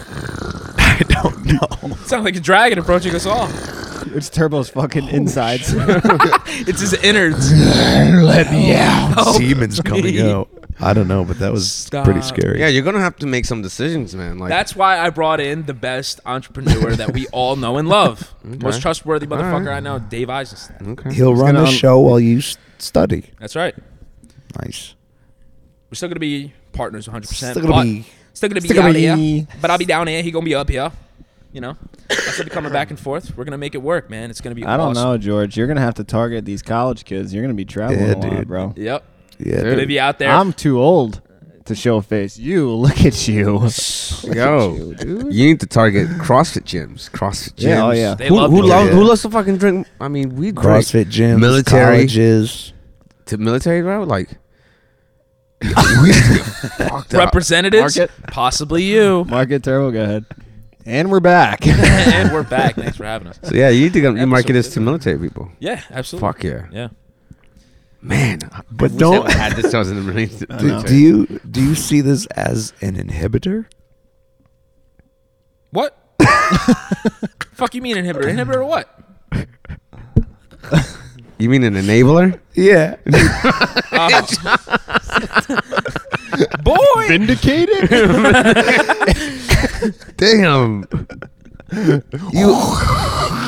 I don't know. Sounds like a dragon approaching us all. It's Turbo's fucking insides. It's his innards. Let me out. Demons coming out. I don't know, but that was pretty Stop. scary. Yeah, you're gonna have to make some decisions, man. Like That's why I brought in the best entrepreneur that we all know and love. Most trustworthy motherfucker I know, Dave Eisenstadt. okay. He'll run the gonna- show while you s- study. That's right. Nice. We're still gonna be partners 100. percent Still gonna be- still gonna be still out gonna be- here, but I'll be down here. He gonna be up here. You know, I should be coming back and forth. We're gonna make it work, man. It's gonna be. I don't awesome. know, George. You're gonna have to target these college kids. You're gonna be traveling Yeah, a lot, dude. bro. Yep, Yeah. Dude. dude. gonna be out there. I'm too old to show face. You look at you. Yo, you, need to target CrossFit gyms. CrossFit gyms. Yeah, oh, yeah. They who love who, them. loves, Yeah. who loves to fucking drink? I mean, we CrossFit drink gyms, military colleges. to military, bro. Like, Representatives, Market. possibly you. Market Turbo, go ahead. And we're back. and we're back. Thanks for having us. so yeah, you need to go- you market Episode this to military people. Yeah, absolutely. Fuck yeah, Yeah. man. But we don't- haven't had this chosen in the Do, military. do you do you see this as an inhibitor? What? Fuck you mean inhibitor? Inhibitor of what? You mean an enabler? Yeah. Uh, Boy, Vindicated? Damn. you,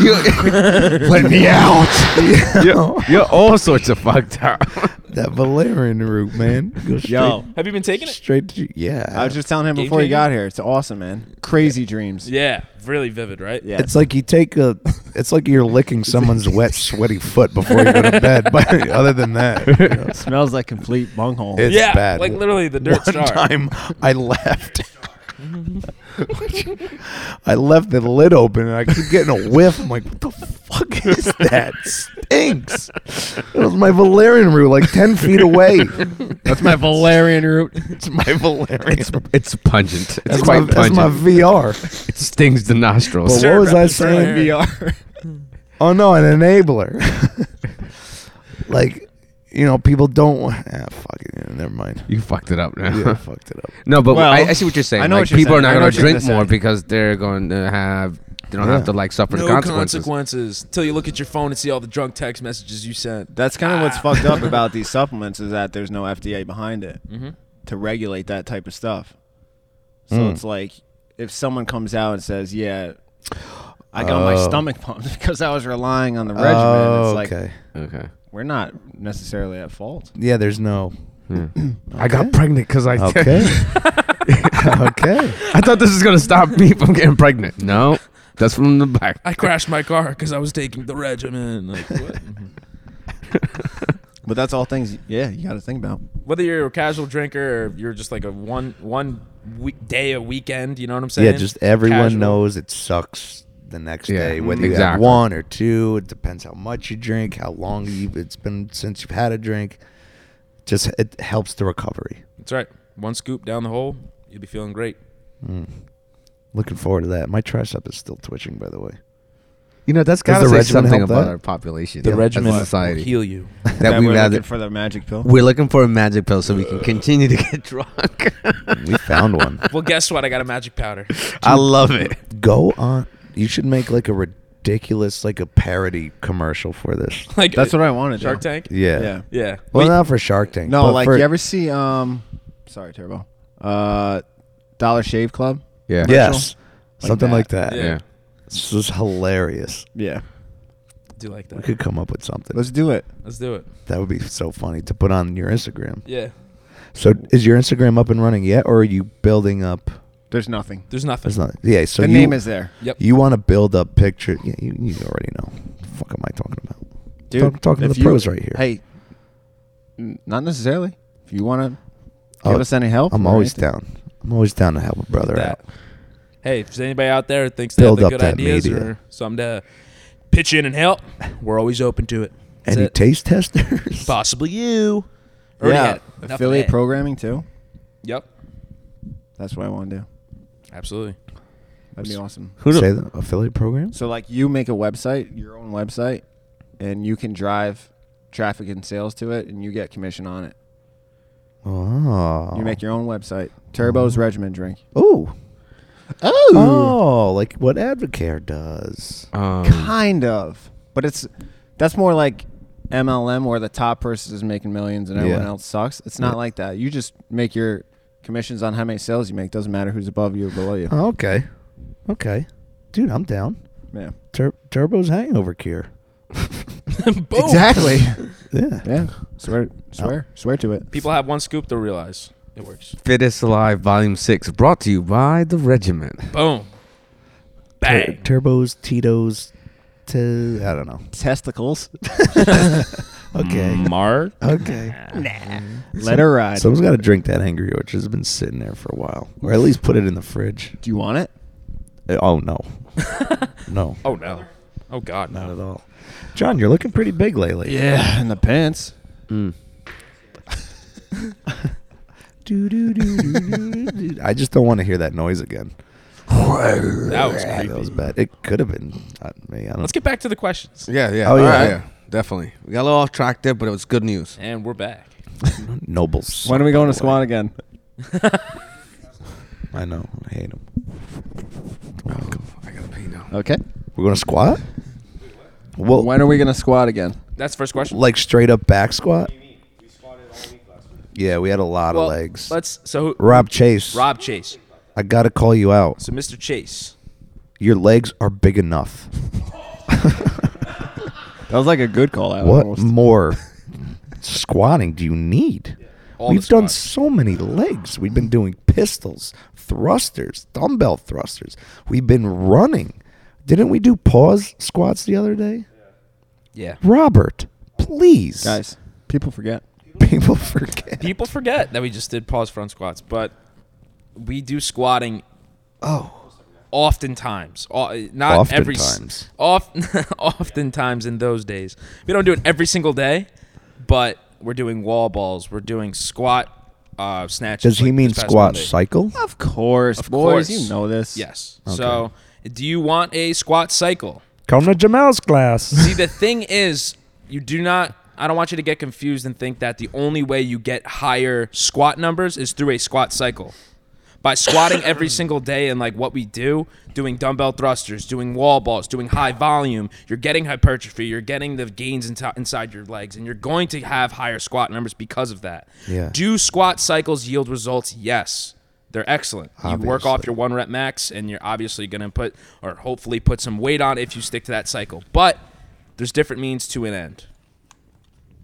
you, Let me out. you're, you're all sorts of fucked up. that Valerian root, man. Go straight, Yo. have you been taking it? Straight to yeah. I was just telling him Game before he changer? got here. It's awesome, man. Crazy dreams. Yeah, really vivid, right? Yeah. It's like you take a. It's like you're licking someone's wet, sweaty foot before you go to bed. But other than that, you know, smells like complete bunghole. it's yeah, bad. like literally the dirt One star. time I left. I left the lid open and I keep getting a whiff. I'm like, what the fuck is that? Stinks. It was my Valerian root, like ten feet away. That's my Valerian root. It's my Valerian. It's, It's pungent. It's that's, my, quite that's pungent. my VR. it stings the But nostrils. what Sir, was I Raptor, sir. saying? VR. Oh no, an enabler. like, you know, people don't. wa- Ah, fuck it. yeah, Never mind. You fucked it up now. Yeah, I fucked it up. No, but Well, I, I see what you're saying. I know like, what you're people saying. I are not know going what to you're drink gonna more say. because they're going to have they don't Yeah. have to like suffer No the consequences. consequences till you look at your phone and see all the drunk text messages you sent. That's kind of what's fucked up about these supplements is that there's no FDA behind it to regulate that type of stuff. So it's like if someone comes out and says, "Yeah, I got my Oh. stomach pumped because I was relying on the regimen," Oh, it's okay. like Okay. we're not necessarily at fault. yeah, there's no. I got pregnant because I. Okay. okay. I thought this was gonna stop me from getting pregnant. No, that's from the back. I crashed my car because I was taking the regimen. Like what? But that's all things. Yeah, you got to think about. Whether you're a casual drinker or you're just like a one one week, day a weekend, you know what I'm saying? Yeah, just everyone Casual. knows it sucks the next Yeah, day, whether you have exactly. one or two. It depends how much you drink, how long you it's been since you've had a drink. Just it helps the recovery. That's right. One scoop down the hole, you'll be feeling great. Looking forward to that. My tricep is still twitching, by the way. You know, that's Does got to the say regimen something help about that? our population, The as a regimen will society heal you. that we've we're looking had. for the magic pill. We're looking for a magic pill so we can continue to get drunk. We found one. well, guess what? I got a magic powder. I love it. Go on. You should make like a ridiculous, like a parody commercial for this. Like uh, That's what I wanted. Shark though. Tank. Yeah. Yeah. Yeah. Well, not for Shark Tank. No, but like for- you ever see um, sorry, Turbo. Uh, Dollar Shave Club. Yeah. yes, Like something that. like that. Yeah. Yeah. This is hilarious. Yeah. Do like We that. could come up with something. Let's do it. Let's do it. That would be so funny to put on your Instagram. Yeah. So is your Instagram up and running yet, or are you building up? There's nothing. There's nothing. There's not. Yeah. So the you, name is there, Yep. You want to build up picture? Yeah, you, you already know. fuck am I talking about? dude. Talk- talking to if the pros right here. Hey, n- not necessarily. If you want to Oh, give us any help, I'm or always anything- down. I'm always down to help a brother that. out. Hey, if there's anybody out there that thinks they have Build the up good that ideas media. or something to pitch in and help, we're always open to it. That's Any it. taste testers? Possibly you. Already had Yeah, it. Enough of affiliate that. programming too. Yep. That's what I want to do. Absolutely. That'd be awesome. Who say the affiliate programs? So like you make a website, your own website, and you can drive traffic and sales to it, and you get commission on it. Oh, You make your own website. Turbo's Regimen Drink. Ooh. Oh, Oh, like what Advocare does. Um, kind of, but it's that's more like MLM where the top person is making millions and everyone Yeah. else sucks. It's not Yeah. like that. You just make your commissions on how many sales you make. Doesn't matter who's above you or below you. Oh, okay. Okay. Dude, I'm down. Yeah, Tur- Turbo's hangover cure. Boom. exactly. Yeah. yeah, swear, swear, swear to it. People have one scoop, they'll realize it works. Fittest Alive Volume 6, brought to you by The Regiment. Boom. Tur- Bang. Turbo's, Tito's, to I don't know. Testicles. Okay. Mm, Mark. Uh, Okay. Let her ride. Someone's got to drink that Angry Orchard. It's been sitting there for a while. Or at least put it in the fridge. Do you want it? Uh, Oh, no. no. Oh no. Oh god, Not no. at all. John, you're looking pretty big lately. Yeah, in the pants. Mm. mm. Do, do, do, do, do, do, do. I just don't want to hear that noise again. That was Yeah, creepy. that was bad. It could have been uh, me. I don't Let's get back to the questions. yeah, yeah. Oh, All yeah. right, yeah. Definitely. We got a little off track there, but it was good news. And we're back. nobles. When are we going to squad again? I know. I hate them. Oh, I gotta pee now. Okay. We're going to squat? Well, When are we going to squad again? That's the first question. like straight up back squat? Yeah, we had a lot Well, of legs. Let's so who- Rob Chase, Rob Chase. I got to call you out. So Mr. Chase. Your legs are big enough. That was like a good call out. What almost. more squatting do you need? All We've the done squats. so many legs. We've been doing pistols, thrusters, dumbbell thrusters. We've been running. Didn't we do pause squats the other day? Yeah. Robert, please. Guys, people forget. People forget. People forget that we just did pause front squats, but we do squatting Oh. oftentimes. O- Not every Oftentimes. s- off oftentimes in those days. We don't do it every single day, but we're doing wall balls, we're doing squat uh snatches. Does he like mean this past squat Monday. cycle? Of course, Uh-huh. Of boys, course. you know this. Yes. So, do you want a squat cycle? Come to Jamal's class. See, the thing is, you do not. I don't want you to get confused and think that the only way you get higher squat numbers is through a squat cycle. By squatting every single day and like what we do, doing dumbbell thrusters, doing wall balls, doing high volume, you're getting hypertrophy, you're getting the gains into, inside your legs, and you're going to have higher squat numbers because of that. Yeah. Do squat cycles yield results? Yes. They're excellent. You work off Obviously. your one rep max, and you're obviously going to put or hopefully put some weight on if you stick to that cycle. But there's different means to an end.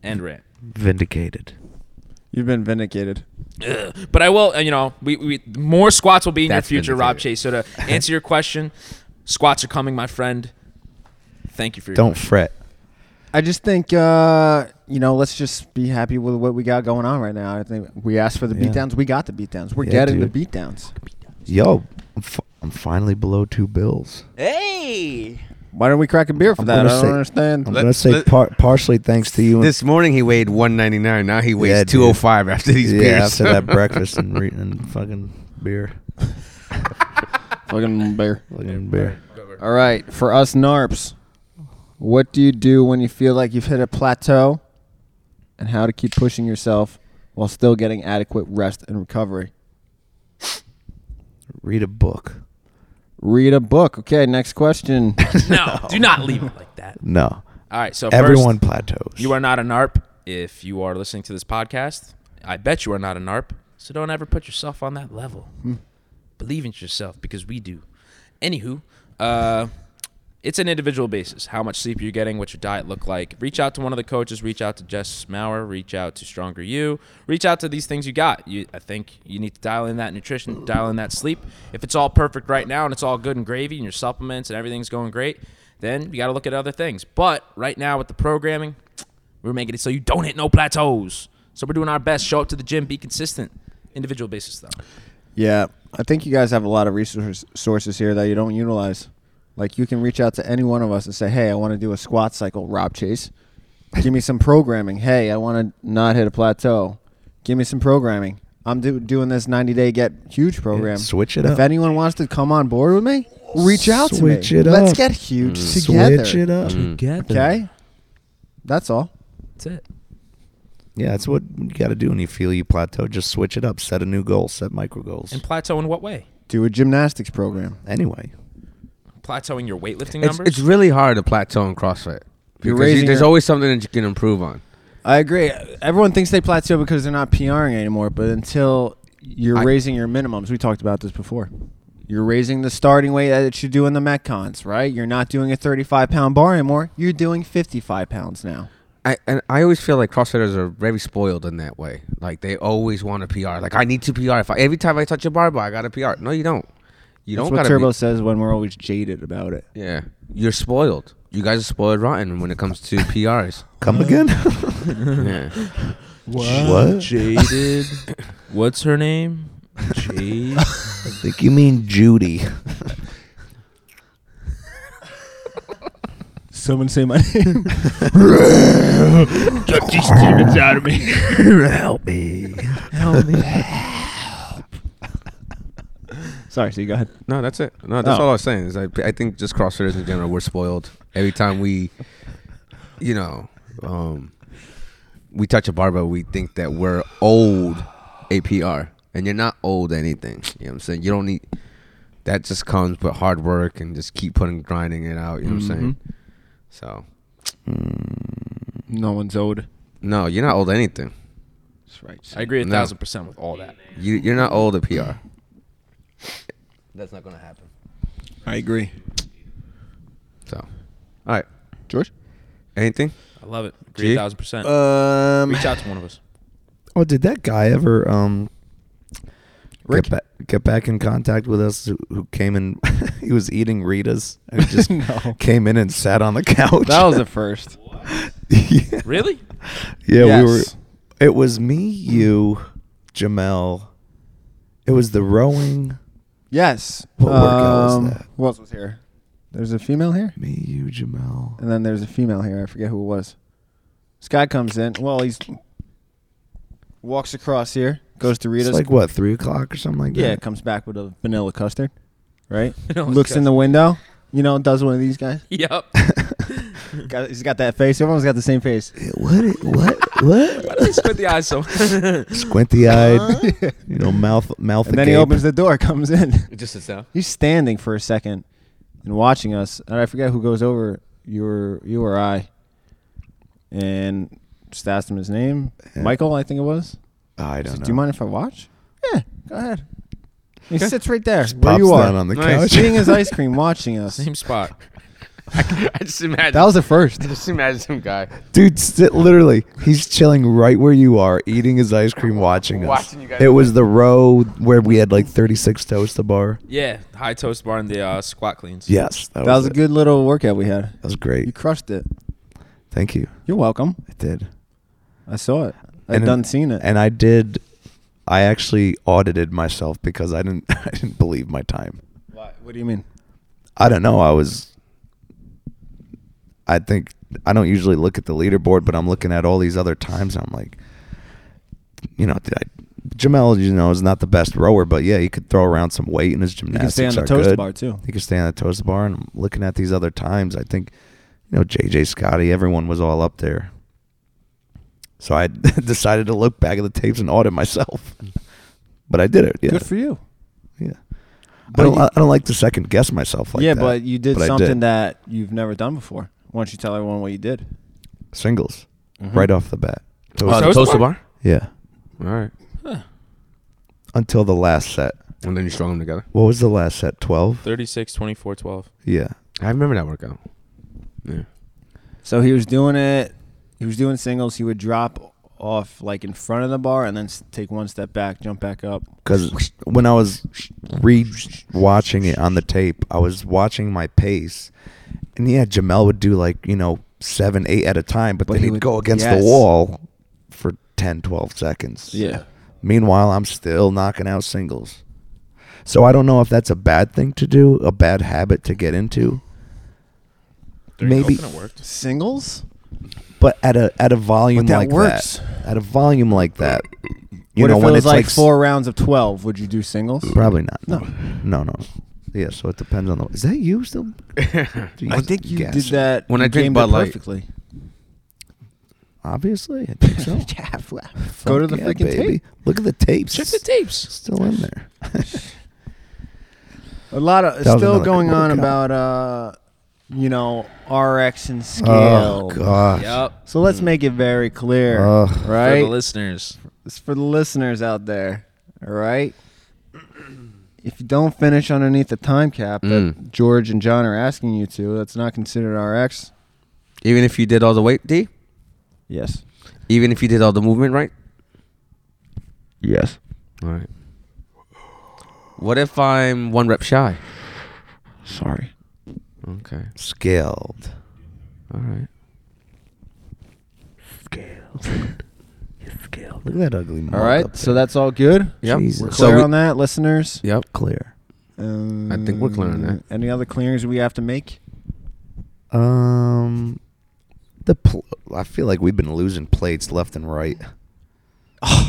End rant. Vindicated. You've been vindicated. But I will, uh, you know, we, we more squats will be in That's your future, Rob vindicated. Chase. So to answer your question, squats are coming, my friend. Thank you for your Don't question. fret. I just think uh, you know, let's just be happy with what we got going on right now. I think we asked for the Yeah. beatdowns. We got the beatdowns. We're Yeah, getting dude. the beatdowns. Yo, I'm, fi- I'm finally below two bills. Hey. Why don't we crack a beer for I'm that? gonna I don't say- understand. I'm Let- gonna say let- par- partially thanks to you. and- This morning he weighed 199. Now he weighs Yeah, dude. 205 after these yeah, beers. after that breakfast and, re- and fucking beer, Fucking beer. fucking beer. All right, for us NARPs, what do you do when you feel like you've hit a plateau and how to keep pushing yourself while still getting adequate rest and recovery? Read a book. Read a book. Okay, next question. No, do not leave it like that. No, All right, so everyone first, plateaus. you are not a NARP. If you are listening to this podcast, I bet you are not a NARP. So don't ever put yourself on that level. Believe in yourself because we do. Anywho, uh, it's an individual basis. How much sleep you're getting, what your diet look like. Reach out to one of the coaches. Reach out to Jess Maurer. Reach out to Stronger You. Reach out to these things you got. You, I think you need to dial in that nutrition, dial in that sleep. If it's all perfect right now and it's all good and gravy and your supplements and everything's going great, then you got to look at other things. But right now with the programming, we're making it so you don't hit no plateaus. So we're doing our best. Show up to the gym. Be consistent. Individual basis though. yeah, I think you guys have a lot of resource- sources here that you don't utilize. Like you can reach out to any one of us and say, "Hey, I want to do a squat cycle, Rob Chase. Give me some programming. Hey, I want to not hit a plateau. Give me some programming. I'm do- doing this 90 day get huge program. switch it if up. anyone wants to come on board with me, reach out Switch to me. it Let's up. Mm. get huge together. Switch it up. Mm. Okay, that's all. That's it. Yeah, that's what you got to do when you feel you plateau. Just switch it up. Set a new goal. Set micro goals. And plateau in what way? Do a gymnastics program. anyway, Plateauing your weightlifting It's, numbers. it's really hard to plateau in CrossFit. You're Because raising you, there's your- always something that you can improve on. I agree. Everyone thinks they plateau because they're not PRing anymore, but until you're raising your minimums, we talked about this before. You're raising the starting weight that it should do in the Metcons, right? You're not doing a 35 pound bar anymore. You're doing 55 pounds now. I and I always feel like CrossFitters are very spoiled in that way. Like they always want a PR. Like I need to PR. If I, every time I touch a barbell, I got a PR. No, you don't. You That's don't what got Turbo says when we're always jaded about it. Yeah, you're spoiled. You guys are spoiled rotten when it comes to PRs. come again. yeah. what? Jaded. What's her name? Jade. I think you mean Judy. Someone say my name. Took these demons out of me. Help me. Help me. Sorry, so you go ahead. No, that's it. No, that's Oh. all I was saying. Is I, I think just CrossFitters in general, we're spoiled. Every time we, you know, um, we touch a barbell, we think that we're old APR, and you're not old anything. You know what I'm saying? You don't need. That just comes with hard work and just keep putting grinding it out. You know what I'm saying? So No one's owed. no, you're not old anything. That's right. I agree a No. thousand percent with all that. You you're not old APR. That's not gonna happen. I agree. So, all right, George? anything? I love it. Agree Gee. a thousand percent. Um, Reach out to one of us. Oh, did that guy ever um Rick? Get, ba- get back in contact with us? Who, who came in? he was eating Rita's and just No. came in and sat on the couch. that was the first. yeah, Really? yeah we were. Yes. It was me, you, Jamel. It was the rowing. Yes. What workout was Um, that? Who else was here? There's a female here? Me, you, Jamel. And then there's a female here. I forget who it was. This guy comes in. Well, he's walks across here, goes to It's Rita's. like what three o'clock or something like that. yeah, comes back with a vanilla custard, right? Vanilla Looks in the window. You know, does one of these guys. Yep. Got, he's got that face. Everyone's got the same face. What? it- What? What? Why squint the eyes so? Squinty eyed. You know, mouth mouth. And then he agape. opens the door, comes in. It just sits down. He's standing for a second and watching us. And I forget who goes over you or you or I. And just asked him his name, Yeah. Michael, I think it was. I don't Said, know. Do you mind if I watch? Yeah, go ahead. He sits right there where Pops you down are, on the Nice. couch. eating his ice cream, watching us. Same spot. I just imagine. That was the first. just imagine some guy Dude, st- literally, he's chilling right where you are, eating his ice cream, watching us. Watching you guys it was the row where we had like 36 toast to bar. Yeah. High toast bar and the uh, squat cleans. Yes, that, That was a it. good little workout we had. That was You great. crushed it. Thank you. You're welcome. I did. I saw it. I And- done seen it. And I did. I actually audited myself because I didn't. I didn't believe my time. Why? What do you mean? I don't know. I was. I think I don't usually look at the leaderboard, but I'm looking at all these other times. And I'm like, you know, did I, Jamel, you know, is not the best rower, but yeah, he could throw around some weight, and his can gymnastics stay on the are toaster good. bar, too. He could stay on the toast bar, and I'm looking at these other times. I think, you know, JJ Scotty, everyone was all up there. So I decided to look back at the tapes and audit myself, but I did it. Yeah, Good for you. yeah. But I don't. you- I don't like to second guess myself like yeah, that. but you did but I something that you've never done before. Why don't you tell everyone what you did? singles right off the bat. Uh, Oh, Toast- the toaster bar. yeah, All right. until the last set. And then you strung them together. What was the last set? Twelve. 36, 24, 12. Yeah, I remember that workout. Yeah. So he was doing it. He was doing singles. He would drop off like in front of the bar and then s- take one step back, jump back up. because when I was re-watching it on the tape, I was watching my pace, and yeah, Jamel would do like you know seven, eight at a time, but, But then he he'd would- go against yes. the wall for 10, 12 seconds. Meanwhile, I'm still knocking out singles. So I don't know if that's a bad thing to do, a bad habit to get into. There you go. Maybe- And It worked. Singles? But at a at a volume But that like works. that, at a volume like that, you what know if when it was it's like, s- four rounds of twelve? Would you do singles? probably not. No, no, no. Yeah, so it depends on the. Is that you still? I think you did that. When you I drink gamed it Bud Light. perfectly. Obviously, I think so. Go to the Fuck yeah, freaking baby. tape. Look at the tapes. Check the tapes. Still in there. A lot of That was still another going good on workout. about uh, you know, RX and oh scale. gosh. Yep. So let's make it very clear, Ugh. For right? the listeners. It's for the listeners out there. All right. If you don't finish underneath the time cap Mm. that George and John are asking you to, that's not considered RX. Even if you did all the weight, D. Yes. Even if you did all the movement, right? Yes. All right. What if I'm one rep shy? Sorry. Okay. Scaled. All right. Look at that ugly. mug All up right. So there. that's all good. Yep. Jesus. We're So clear we- on that, listeners. Yep. clear. Um, I think we're clear on that. Any other clearings we have to make? Um, the pl- I feel like we've been losing plates left and right.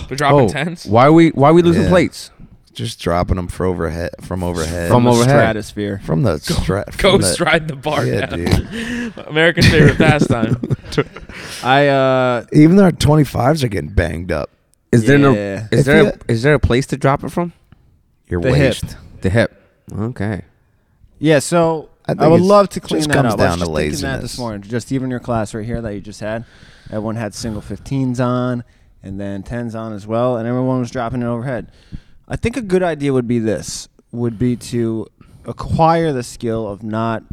They're dropping oh, tens. why are we why are we losing Yeah. plates? Just dropping them for overhead from overhead From The overhead. Stratosphere. from the strat. Go from the- stride the bar Yeah, down. dude. American favorite pastime. I uh. Even our twenty fives are getting banged up. Is there no Yeah. is If there you- a, is there a place to drop it from? Your The hip. waist. The hip. Okay. Yeah. So I I, think would it's- love to clean just that comes up. I was down to just thinking that laziness. this morning, just even your class right here that you just had, everyone had single 15s on, and then 10s on as well, and everyone was dropping it overhead. I think a good idea would be this: would be to acquire the skill of not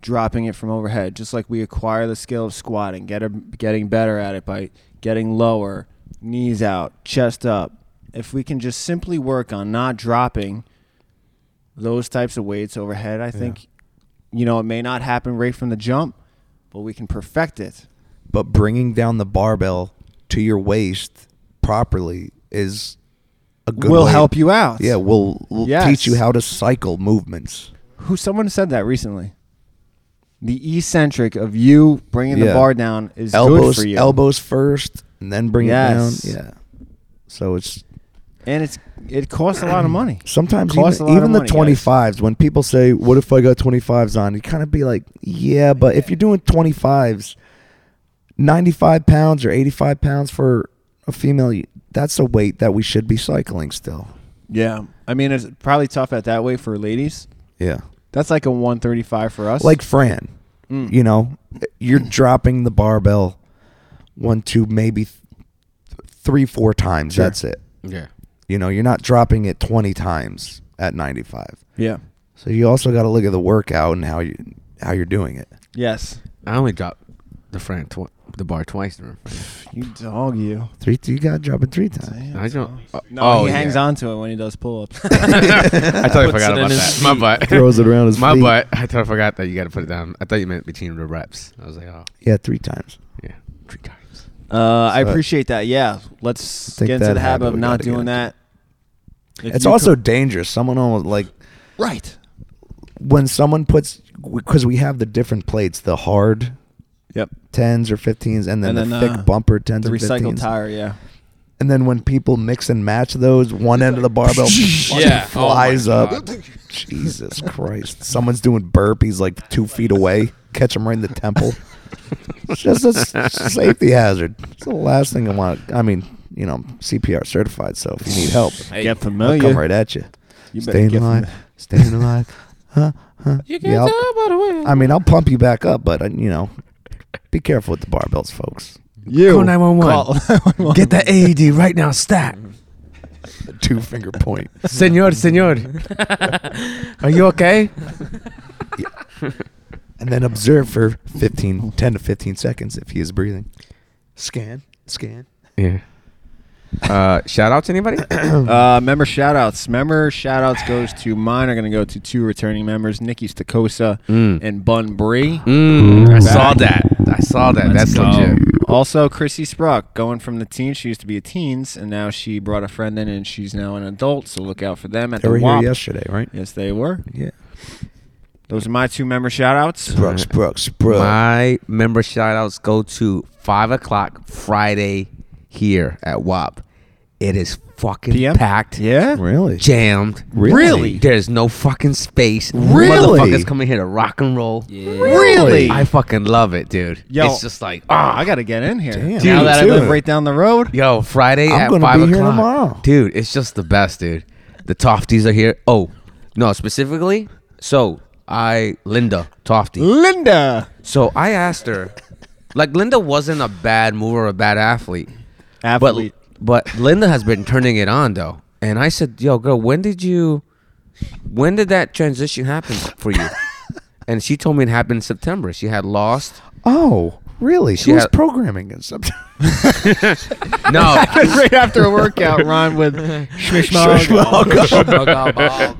dropping it from overhead, just like we acquire the skill of squatting, get a, getting better at it by getting lower, knees out, chest up. If we can just simply work on not dropping those types of weights overhead, I think you know it may not happen right from the jump, but we can perfect it. But bringing down the barbell to your waist properly is a good. will way- help you out. Yeah, will will Yes. teach you how to cycle movements. Who someone said that recently? The eccentric of you bringing Yeah. the bar down is elbows, good for you. elbows first, and then bring Yes. it down. Yeah. So it's and it's it costs a lot of money. Sometimes even, Costs a lot of even the money, guys. twenty fives. When people say, "What if I got twenty fives on?" You kind of be like, "Yeah," but if you're doing twenty fives, ninety five pounds or eighty five pounds for a female, you- that's a weight that we should be cycling still. Yeah, I mean it's probably tough at that way for ladies. Yeah, That's like a one thirty five for us. like Fran, Mm. you know, you're dropping the barbell one, two, maybe th- three, four times. That's it. Yeah. You know, you're not dropping it twenty times at ninety five. yeah, So you also got to look at the workout and how you how you're doing it. yes, I only dropped the friend twi- the bar twice. Remember? you dog you. Three, you got to drop it three times. I don't. uh, No, oh, he hangs yeah. on to it when he does pull ups. I totally Puts it forgot in about his that. My butt. Throws it around his My feet. butt. I totally forgot that you got to put it down. I thought you meant between the reps. I was like, oh, Yeah, three times. yeah, three times. Uh, I So- appreciate that. Yeah, let's Take get into that the habit habit of we not gotta get doing into. that. If It's you also could- dangerous. Someone almost like right. when someone puts because we have the different plates, the hard Yep. tens or fifteens, and then, And the then, thick uh, bumper tens The and recycled 15s. tire. Yeah. And then when people mix and match those, one end of the barbell fucking Yeah. Oh my flies up. God. Jesus Christ! Someone's doing burpees like two feet away. Catch them right in the temple. It's just a s- safety hazard. It's the last thing I want. I mean, you know, I'm CPR certified, so if you need help, Hey, Get I'll familiar. come right at you. You better Staying get alive, familiar. staying alive. Huh? Huh? You can't tell by the way. I mean, I'll pump you back up, but uh, you know, be careful with the barbells, folks. You Call 911. Call 911. Get that AED right now, stat. The two finger point. Senor, senor. Are you okay? and then observe for 15, 10 to 15 seconds if he is breathing. Scan, scan. Yeah. Uh, shout out to anybody? Uh, member shout outs. Member shout outs goes to mine are going to go to two returning members, Nikki Stakosa Mm. and Bun Bree. Mm, I saw that. I saw that. That's legit. Also, Chrissy Sprock going from the teens. She used to be a teens, and now she brought a friend in, and she's now an adult. So look out for them at They the were here WAP. yesterday, right? Yes, they were. Yeah. Those are my two member shout outs. Brooks, Brooks, Brooks. My member shout outs go to 5 o'clock Friday here at WAP. It is fucking PM? packed. Yeah. Really? Jammed. Really? Really? There's no fucking space. Really? Motherfuckers coming here to rock and roll. Really? I fucking love it, dude. Yo. it's just like, Oh, ah, I got to get in here. Damn. now Dude, that I dude. live right down the road. Yo, Friday I'm at gonna five be here o'clock. tomorrow. dude. It's just the best, dude. The Tofties are here. Oh, no, specifically. So I, Linda Tofty. Linda. So I asked her, like Linda wasn't a bad mover or a bad athlete, Athlete. but but Linda has been turning it on though. And I said, Yo, girl, when did you, when did that transition happen for you? and she told me it happened in September. She had lost. Oh, really? She was had- programming in something. No, right after a workout, Ron with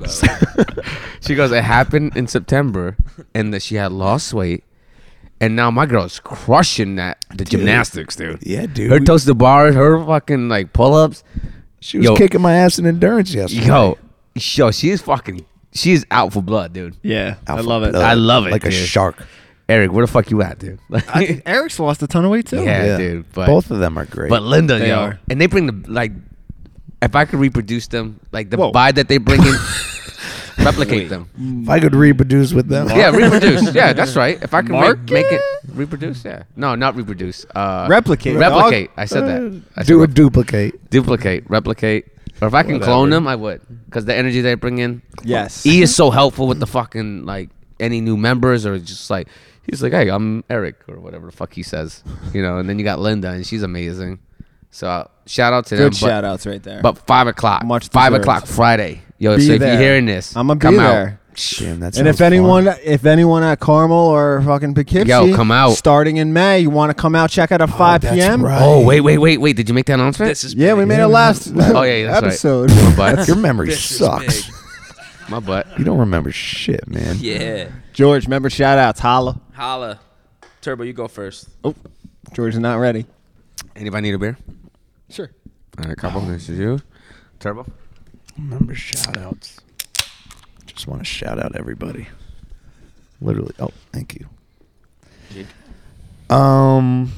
she goes, it happened in September, and that she had lost weight, and now my girl's crushing that the gymnastics, dude. Yeah, dude. Her toes to the bars, her fucking like pull ups. she was Yo. kicking my ass in endurance yesterday. Yo, yo, she is fucking, she is out for blood, dude. Yeah, I Alpha love it. blood, I love it, Like a dude. shark. Eric, where the fuck you at, dude? I- Eric's lost a ton of weight too. Yeah, dude, but- Both of them are great. but Linda, They yo, are. and they bring the like, if I could reproduce them, like the Whoa. vibe that they bring in, replicate them. if I could reproduce with them. Yeah, reproduce. Yeah, that's right. If I can Mark make, make it reproduce, yeah. No, not reproduce. Uh, Replicate, dog. Replicate. I said that. I Do a said rep- duplicate. duplicate, replicate. Or if I can clone them, I would. Because the energy they bring in. Yes. E is so helpful with the fucking, like, any new members or just like, he's like, hey, I'm Eric or whatever the fuck he says. You know, and then you got Linda and she's amazing. So uh, shout out to them. Good but- shout outs right there. But 5 o'clock. Much 5 deserved. o'clock Friday. Yo, Be so if there. you're hearing this, I'ma be come there. out. Damn, that and if sounds fun. anyone, if anyone at Carmel or fucking Poughkeepsie, Yo, come out. starting in May. You want to come out? Check out at five that's p.m. right. Oh, wait, wait, wait, wait. Did you make that announcement? This is Yeah, we big. made it last Oh, yeah, that's right. episode. My butt. Your memory This is sucks. big. My butt. You don't remember shit, man. Yeah. George, member shout outs. Holla. Holla. Turbo, you go first. Oh, George is not ready. Anybody need a beer? Sure. All right, couple. This is you. Turbo. Remember shout outs. Just want to shout out everybody. Literally. Oh, thank you. Um.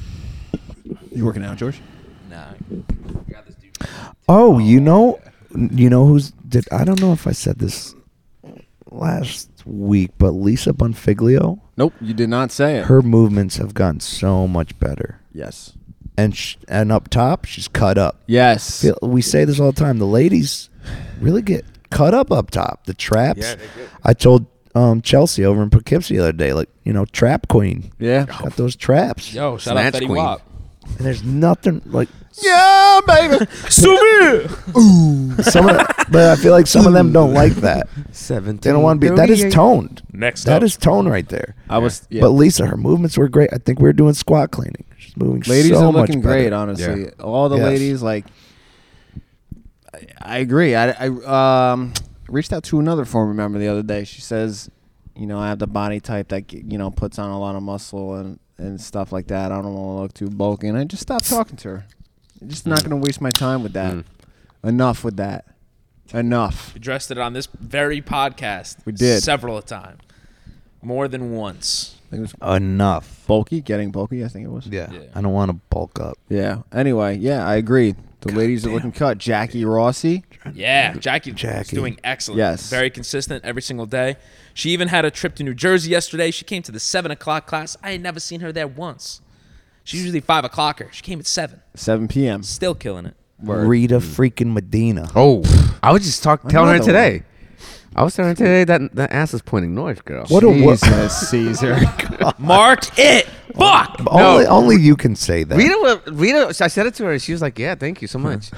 You working out, George? Nah. Oh, you know, you know who's did I don't know if I said this last week, but Lisa Bonfiglio, Nope, you did not say it. her movements have gotten so much better, yes. and sh- and up top she's cut up. Yes. Feel- We say this all the time. The ladies really get cut up up top. The traps. I told um, Chelsea over in Poughkeepsie the other day, like you know, trap queen. yeah. Got those traps. Yo, shout Snatch out Fetty queen. Wap. And there's nothing like Yeah, baby. some of. The, but I feel like some of them don't like that. Seventeen. They don't want to be. That is toned. Next That up. is tone right there. I was. Yeah. But Lisa, her movements were great. I think we were doing squat cleaning. She's moving ladies so are much looking better. great, honestly. All the Yes. ladies, like, I, I agree. I, I um reached out to another former member the other day. She says You know, I have the body type that you know puts on a lot of muscle and and stuff like that. I don't want to look too bulky, and I just stopped talking to her. I'm just Mm. not gonna waste my time with that. Enough with that. Enough. addressed it on this very podcast. We did. several a time, more than once. I think it was Enough. bulky, getting bulky. I think it was. Yeah. Yeah. I don't want to bulk up. Yeah. Anyway, yeah, I agreed. The ladies are looking cut. Jackie Rossi. Yeah, Jackie, is Jackie. doing excellent. Yes. very consistent every single day. She even had a trip to New Jersey yesterday. She came to the seven o'clock class. I had never seen her there once. She's usually five o'clocker. She came at seven. 7 p.m. Still killing it. Rita freaking Medina. Oh, I was just talking, telling her Another today. I was telling her today that that ass is pointing north, girl. What a wo- Jesus Caesar. Mark it. Fuck. Only, only you can say that. Rita, wa- Rita, I said it to her. She was like, "Yeah, thank you so much."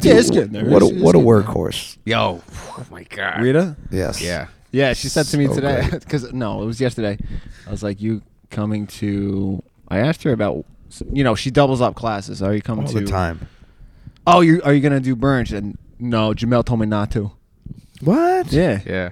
yeah, it's getting there. What a, It's- it's what a getting workhorse. Yo, oh my god. there. Rita? Yes. Yeah. Yeah, she said to me So today great. because no, it was yesterday. I was like, "You coming to?" I asked her about, you know, she doubles up classes. Are you coming All to? the time. Oh, you are you gonna do burns? And no, Jamel told me not to. What? Yeah, Yeah.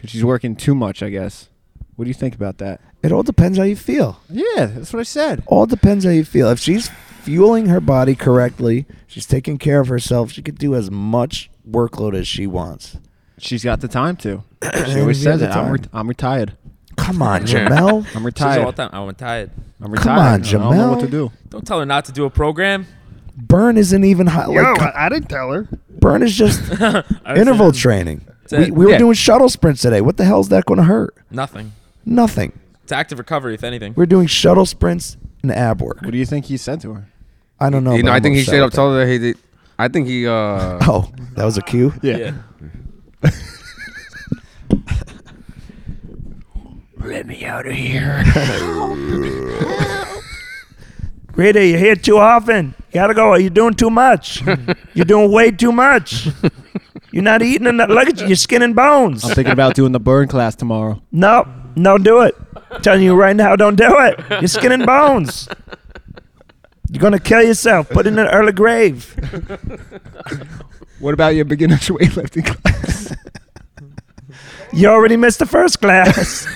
'cause she's working too much, I guess. What do you think about that? It all depends how you feel. Yeah, that's what I said. All depends how you feel. If she's fueling her body correctly, she's taking care of herself, she could do as much workload as she wants. She's got the time to. She You always got says the it. I'm, time. ret- I'm retired. Come on, Jamel. I'm She's all the retired. time. oh, I'm tired. I'm retired. Come on, I don't know what Jamel. to do. Don't tell her not to do a program. Burn isn't even hot. Yo, Like, I, I didn't tell her. burn is just interval training. it. We, we were Yeah. doing shuttle sprints today. What the hell is that going to hurt? Nothing. Nothing. It's active recovery, if anything. We're doing shuttle sprints and ab work. What do you think he said to her? I don't know. you but know, I I'm think he upset straight up with it. told her he did. I think he uh Oh, that was a cue. Yeah. Rita, you're here too often. You gotta go. You're doing too much. you're doing way too much. You're not eating enough. Look at you. You're skin and bones. I'm thinking about doing the burn class tomorrow. No, don't do it. I'm telling you right now, don't do it. You're skin and bones. You're gonna kill yourself. Put in an early grave. What about your beginner's weightlifting class? You already missed the first class.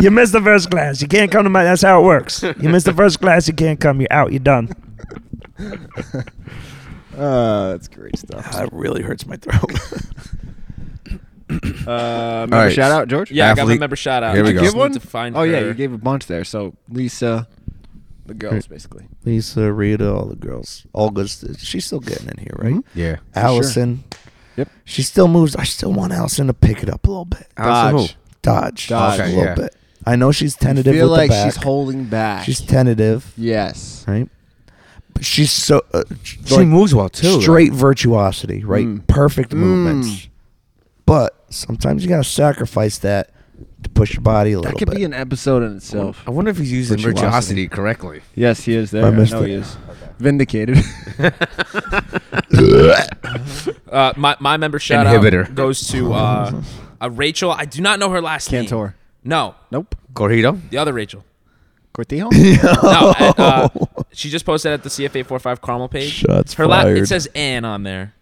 you missed the first class. You can't come to my. That's how it works. You missed the first class. You can't come. You're out. You're done. uh, that's great stuff. That really hurts my throat. Uh, member right. shout out, George. Yeah, I got my Athlete. member shout out. Here we I go. just Give need one? To find Oh yeah, her. you gave a bunch there. So Lisa, the girls basically. Lisa, Rita, all the girls. Olga's, she's still getting in here, right? yeah. Allison. Yep. She still moves. I still want Allison to pick it up a little bit. Dodge. Dodge. Dodge. a Okay, little yeah. bit. I know she's tentative feel with like the back. she's holding back. She's tentative, yes. right? But she's so uh, she She moves well too. straight virtuosity, right? Mm. Perfect movements. But sometimes you gotta sacrifice that to push your body a little That could bit. be an episode in Like, itself. I wonder if he's using Virtuosity. virtuosity correctly. Yes, he is there. I I, missed know it. he is. Vindicated. Uh, my my member shout Inhibitor. out goes to uh, a Rachel. I do not know her last name. Cantor. No, Nope. Corrido. the other Rachel. Cortijo. No, and, uh, she just posted at the CFA 45 Carmel page. Shots her la- It fired. says Ann on there.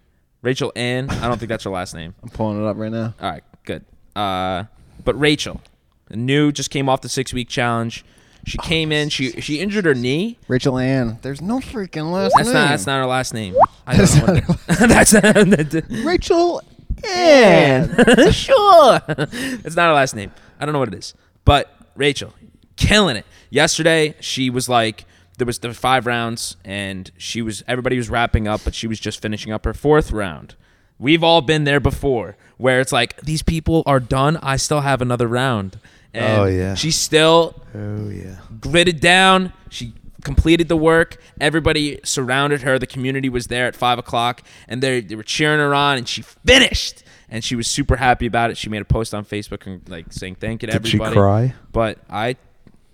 Rachel Ann. I don't think that's her last name. I'm pulling it up right now. All right, good. Uh, but Rachel, new, just came off the six week challenge. She Oh, came in. She she injured her knee. Rachel Ann. There's no freaking last That's name. not that's not her last name. I don't know what the- that's not Rachel Ann. sure. it's not her last name. I don't know what it is. But Rachel, killing it. Yesterday, she was like, there was the five rounds, and she was everybody was wrapping up, but she was just finishing up her fourth round. We've all been there before, where it's like these people are done. I still have another round, and Oh, yeah. she still oh yeah. gritted down. She completed the work. Everybody surrounded her. The community was there at five o'clock, and they they were cheering her on. And she finished, and she was super happy about it. She made a post on Facebook and like saying thank you to Did she everybody. cry? But I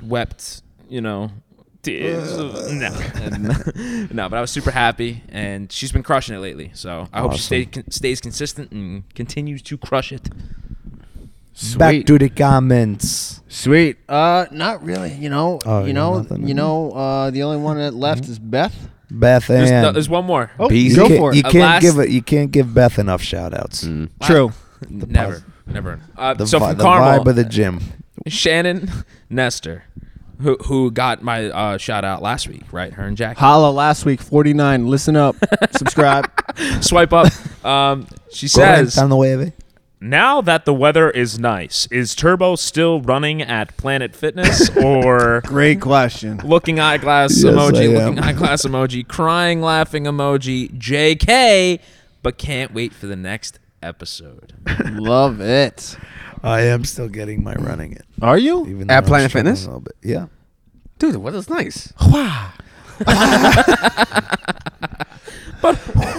wept. You know. Tears. of- No, no, but I was super happy, and she's been crushing it lately. So I hope she stay, con- stays consistent and continues to crush it. Back to the comments. Sweet. Uh, not really. You know. Oh, you know. nothing. You know. Uh, the only one that left is Beth. Beth There's, Ann. no- there's one more. Oh, you go can't, for it. You Uh, can't last- Mm. give it. You can't give Beth enough shout outs. Wow. True. Never. Never. Uh, The, so vi- from the Carmel, vibe of the gym. Shannon Nestor, who who got my uh, shout out last week, right? Her and Jackie. Holla last week, 49. Listen up, subscribe. Swipe up. Um, she says, Down the way of it. Now that the weather is nice, is Turbo still running at Planet Fitness or Great question. looking eyeglass Yes, I emoji, am. looking eyeglass emoji, crying laughing emoji, JK, but can't wait for the next episode. Love it. I am still getting my running it. Are you? Even At though I'm Planet struggling Fitness? a little bit. Yeah. Dude, the weather's nice.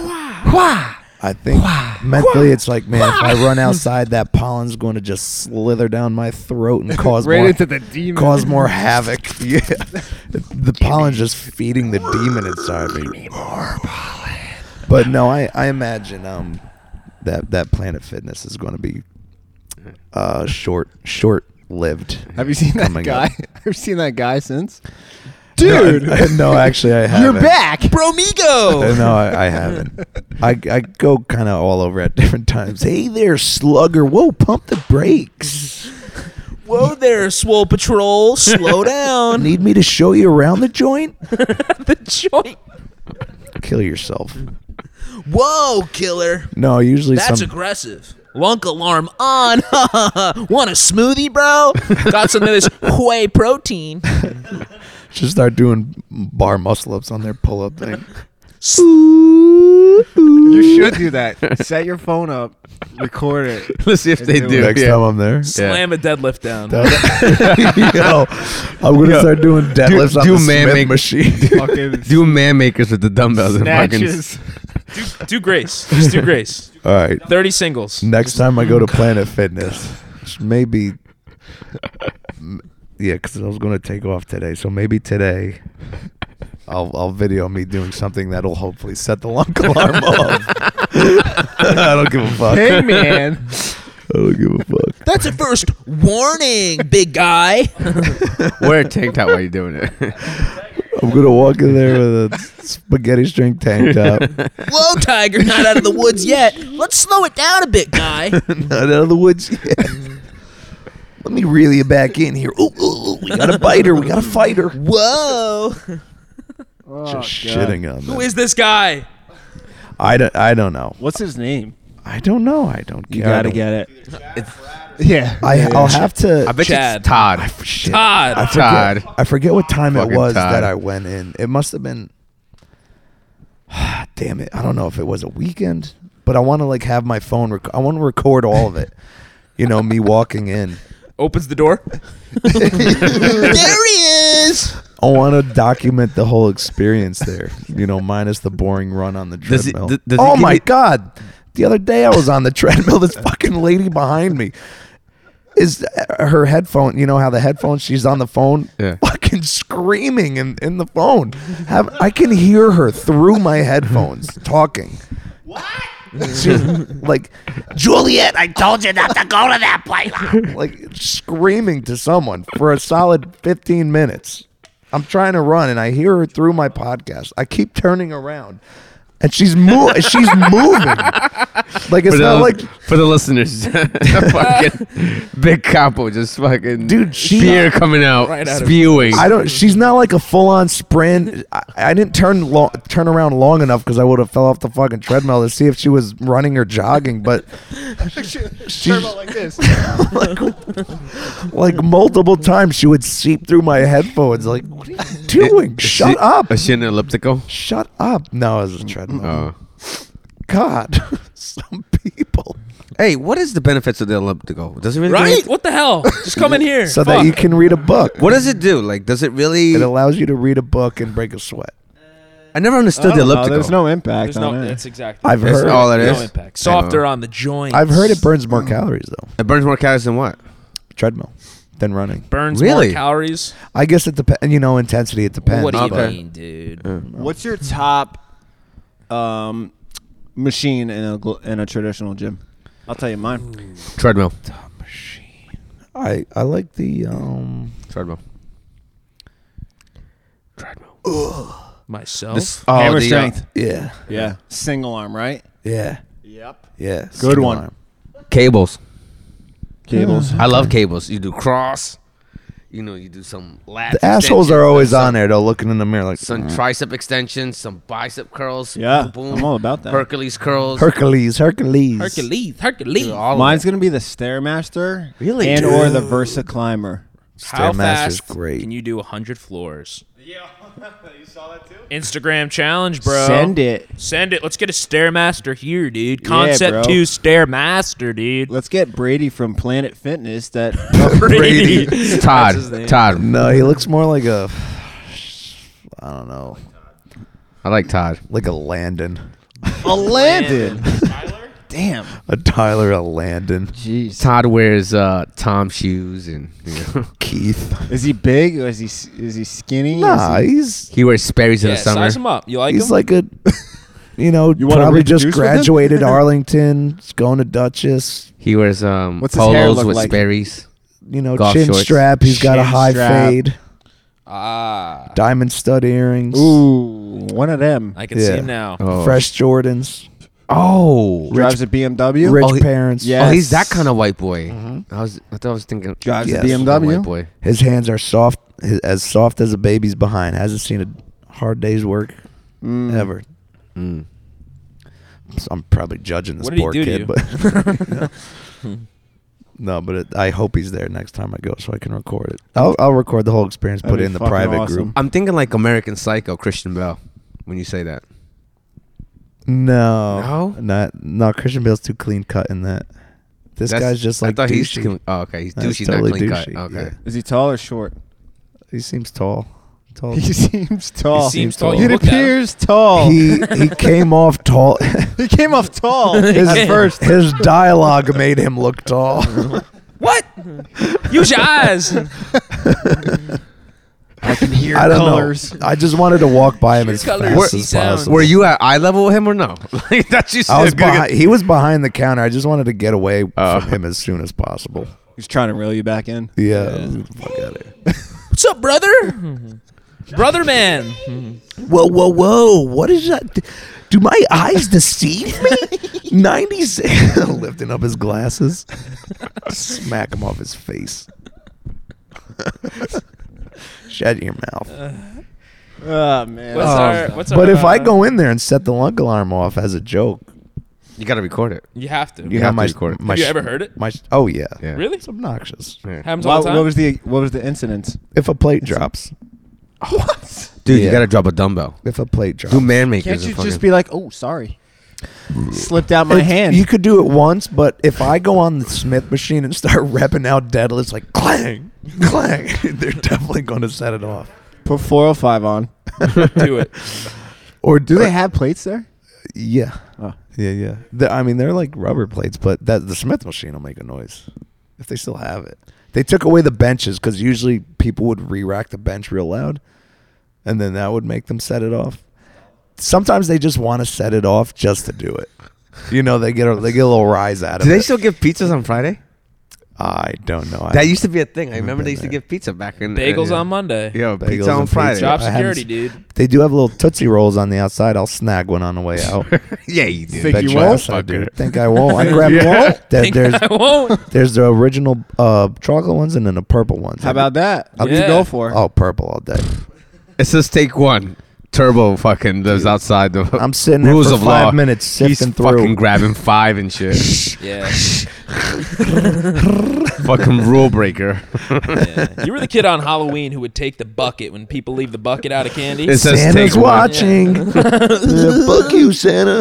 I think mentally it's like, man, if I run outside, that pollen's going to just slither down my throat and cause right more, into the demon. cause more havoc. Yeah, the pollen's just feeding the demon inside me. But no, I, I imagine um that that Planet Fitness is going to be uh short short lived. Have you seen that Coming guy? up. Have you seen that guy since? Dude, no, actually, I haven't. you're back. Uh, Bromigo. No, I, I haven't. I, I go kind of all over at different times. Hey there, slugger. Whoa, pump the brakes. Whoa there, Swole Patrol. Slow down. Need me to show you around the joint? the joint. Kill yourself. Whoa, killer. No, usually That's some. aggressive. Lunk alarm on. Want a smoothie, bro? Got some of this whey protein. Just start doing bar muscle ups on their pull up thing. You should do that. Set your phone up, record it. Let's see if they do. Next yeah. time I'm there. Slam a deadlift down. Yo, I'm gonna start doing deadlifts on do the man Smith make- machine. Fucking Do man makers with the dumbbells and Snatches. Do, do grace. Just do grace. All right. 30 singles. Next time I go to Planet Fitness, which maybe, m- yeah, because I was going to take off today. So maybe today, I'll I'll video me doing something that'll hopefully set the lunk alarm off. I don't give a fuck. hey man. I don't give a fuck. That's a first warning, big guy. fucking wear a tank top while you're doing it. I'm gonna walk in there with a spaghetti string tank top. Whoa, tiger, not out of the woods yet. Let's slow it down a bit, guy. Not out of the woods yet. Let me reel you back in here. Ooh, ooh, ooh, we got a biter. We got a fighter. Whoa. Oh, Just shitting on Who them. is this guy? I don't. I don't know. What's his name? I don't know. I don't. You care. I gotta don't- get it. yeah. I, I'll have to. I, Ah, bet you Chad. it's Todd. shit, Todd. forget, Todd. I forget what time it Fucking was Todd. that I went in. It must have been. Damn it! I don't know if it was a weekend, but I want to like have my phone. Rec- I want to record all of it. You know, me walking in. Opens the door. there he is. I want to document the whole experience there. You know, minus the boring run on the Does it- treadmill. d- does it oh give my you- god! The other day I was on the treadmill. This fucking lady behind me is uh, her headphone. You know how the headphones? She's on the phone, Yeah. fucking screaming in, in the phone. Have, I can hear her through my headphones talking. What? She's like, Juliet, I told you not to go to that place. like screaming to someone for a solid 15 minutes. I'm trying to run and I hear her through my podcast. I keep turning around and she's mo- she's moving. Like it's for, not the, like for the listeners, fucking big capo just fucking Dude, she- spear coming out, out of- spewing. I don't. She's not like a full on sprint. I, I didn't turn long, turn around long enough because I would have fell off the fucking treadmill to see if she was running or jogging. But she, Like this. like multiple times, she would seep through my headphones. Like, what are you doing? Is Shut she- up! Is she in an elliptical? Shut up! No, it was a treadmill. Oh. God, some people. Hey, what is the benefits of the elliptical? Does it really? do Right? anything? What the hell? Just come in here. So that you can read a book. What does it do? Like, does it really? It allows you to read a book and break a sweat. I never understood the elliptical. Oh, there's no impact There's on no, it. that's exactly. I've That's heard. all it no is. impact. Softer on the joints. I've heard it burns more calories though. It burns more calories than what? Treadmill than running. burns Really? more calories. I guess it depends. You know, intensity. It depends. What do you but- mean, dude? What's your top um, machine in a gl- in a traditional gym? I'll tell you mine. Treadmill. I I like the um. Treadmill. Myself. This, oh, Hammer the, uh, strength. Yeah. yeah. Single arm, right? Yeah. Yep. Yes. Good one. cables. Cables. I love cables. You do cross. You know, you do some lat. The assholes extensions, are always some- on there though, looking in the mirror like Some "Mm." tricep extensions, some bicep curls. Yeah, boom, I'm all about that. Hercules curls. Hercules, Hercules. Hercules, Hercules. Dude, all of Mine's it. gonna be the Stairmaster, Really, and or dude? the Versa Climber. How Stairmaster's fast great. can you do 100 floors? Yeah, you saw that too? Instagram challenge, bro. Send it. Send it. Let's get a Stairmaster here, dude. Yeah, Concept bro. 2 Stairmaster, dude. Let's get Brady from Planet Fitness. That Brady. Todd. his name. Todd. No, he looks more like a. I don't know, I like Todd. like a Landon, a Landon. Damn. a Tyler, a Landon, Jeez. Todd wears uh, Tom shoes and you know, Keith. Is he big? Or is he is he skinny? Is Nah, he- he's he wears Sperry's Yeah, in the summer. size him up. You like he's him? like a, you know, You wanna probably just reproduce with him? graduated Arlington, he's going to Duchess, He wears um What's his hair polos look with like? Sperry's. you know, Golf chin shorts. strap. He's got a Chin high strap. fade, ah, diamond stud earrings, ooh one of them. I can see Yeah. him now. Oh. fresh Jordans, Oh. Drives a BMW. rich Oh, he- parents. Yeah. Oh, he's that kind of white boy. I was I thought I was thinking Drives Yes. a BMW. Oh, white boy. His hands are soft, hi- as soft as a baby's behind. Hasn't seen a hard day's work Mm. Hmm. ever. Mm. So I'm probably judging this What did he poor do to kid, you? but no, but it, I hope he's there next time I go so I can record it. I'll, I'll record the whole experience, That'd put be it in the fucking private awesome. group. I'm thinking like American Psycho, Christian Bell. When you say that, No, No? not no. Christian Bale's too clean cut in that. This That's- guy's just like I thought he's douchey. thinking- oh, okay, he's That's douchey, totally not douchey, clean cut. Okay, yeah. Is he tall or short? he seems tall. Tall. He seems tall. Oh. He seems tall. You It looked at him. appears tall. He, He he came off tall. came off tall at first. His dialogue made him look tall. What? Use your eyes. I can hear I don't colors. know. I just wanted to walk by him as colors, fast he as sounds. possible. were you at eye level with him or no? like that you said. I was Gonna get- behind, he was behind the counter. I just wanted to get away Uh. Oh. from him as soon as possible. He's trying to reel you back in. Yeah. Fuck out of here. What's up, brother? brother man. Whoa, whoa, whoa. What is that? Do my eyes deceive me? 96. Lifting up his glasses. Smack him off his face. Shut your mouth. Uh, Oh man. What's our? What's but our, if I uh, go in there and set the lunk alarm off as a joke, You gotta record it. you have to. you know have to my, record it. my Have you sh- ever heard it? My sh- oh yeah, Yeah. Really? It's obnoxious. Happens all What, the time. what was the what was the incident? If a plate drops, Dude, Yeah. you gotta drop a dumbbell. if a plate drops, Do man makers. Can't and you fucking- just be like, oh, sorry, slipped out my It's- hand? You could do it once, but if I go on the Smith machine and start repping out deadlifts like clang, clang, they're definitely going to set it off. put 405 on. do it? Or Do they have plates there? Yeah, Oh. yeah, yeah. The- I mean, they're like rubber plates, but that the Smith machine will make a noise if they still have it. They took away the benches because usually people would re-rack the bench real loud, and then that would make them set it off. Sometimes they just want to set it off just to do it. You know, they get a they get a little rise out of Do they it. still give pizzas on Friday? I don't know. I That used to be a thing. I remember been they used there. to give pizza back in Bagels yeah. on Monday. Yeah, Bagels pizza on and Friday. pizza. Job I haven't security, s- dude. They do have little Tootsie Rolls on the outside. I'll snag one on the way out. yeah, you did. Think Bet you your won't? ass I do. Think I won't. I grab won't? There- there's, I won't. there's the original uh, chocolate ones and then the purple ones. How about that? What do you Yeah. go for? Oh, purple all day. It says take one. Turbo fucking lives outside the I'm sitting there Uh, rules for of five law. minutes He's sifting through. fucking grabbing five and shit. Yeah. fucking rule breaker. yeah. You were the kid on Halloween who would take the bucket when people leave the bucket out of candy. It says Santa's take one. watching. Yeah, fuck you, Santa.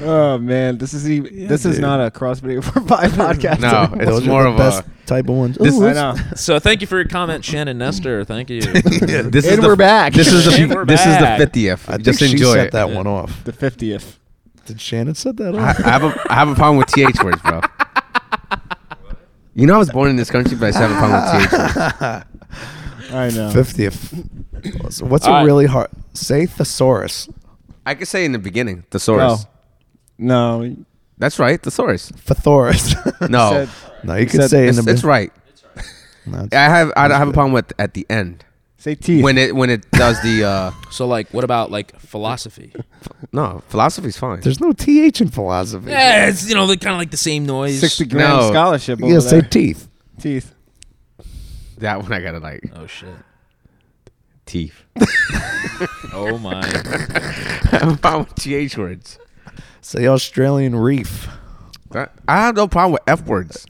Oh man, this is even, this is dude. not a CrossFit for five podcast. No, Those it's are more the of best a. type of ones. This- Ooh, I it's- know. So thank you for your comment, Shannon Nestor. Thank you. This is And the, we're back. This is the And we're this is the back. fiftieth. I think Just she enjoy set it. that one off. The fiftieth. Did Shannon set that I, I off? have a I have a problem with th words, bro. You know I was born in this country, but I still have a problem with th words. I know. Fiftieth. What's All a right. really hard? Say thesaurus. I could say in the beginning, thesaurus. No, no. That's right, thesaurus. Thesaurus. No, Said, no, you said- could say in it's, the it's right. No, it's- I have I don't have a problem with at the end. Say teeth. When it when it does the uh So like, what about like philosophy? no philosophy's fine. There's no th in philosophy. yeah, it's you know kind of like the same noise. sixty grand No. scholarship. Over Yeah, say there. teeth. teeth. that one I gotta like Oh shit. teeth. Oh my. I'm fine with th words. Say Australian reef. I I have no problem with f words.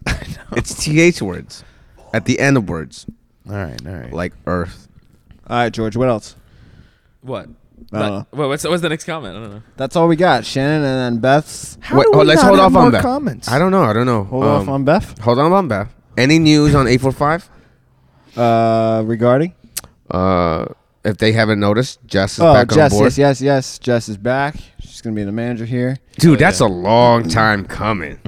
It's th words at the end of words All right, all right. like earth. All right, George. What else? What? I don't know. Wait, what's what's the next comment? I don't know. That's all we got. Shannon and then Beth's. How oh, do we not have more Beth. comments? I don't know. I don't know. Hold Um, off on Beth. Hold on, on Beth. Any news on eight four five? Uh, regarding. Uh, if they haven't noticed, Jess is Oh, back Jess. on board. Yes, yes, yes. Jess is back. She's gonna be the manager here. Dude, that's a long time coming.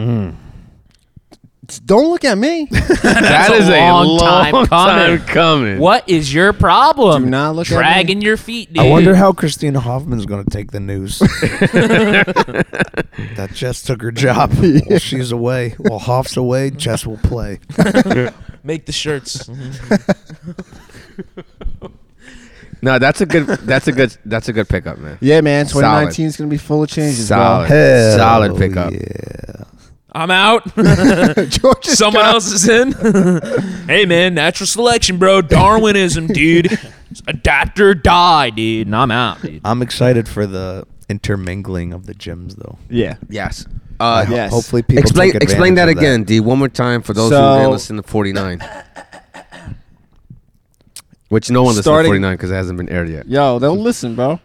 Don't look at me. That is a long, time, coming. What is your problem? Do not look at me. Dragging your feet, dude. I wonder how Christina Hoffman's going to take the news that Jess took her job while she's away. While Hoff's away, Jess will play. Make the shirts. No, that's a good. That's a good. That's a good pickup, man. Yeah, man. Solid. 2019 is gonna be full of changes. Solid, bro. solid pickup. I'm out. George is Someone else is in. hey man, natural selection, bro. Darwinism, dude. Adapt or die, dude. And I'm out, dude. I'm excited for the intermingling of the gyms, though. Yeah. Yes. Uh, Ho- Yes. Hopefully, people Explain. take Explain that advantage of again, D. One more time for those who So- didn't listen to 49. Which no one listened Starting- to 49 because it hasn't been aired yet. Yo, they'll listen, bro.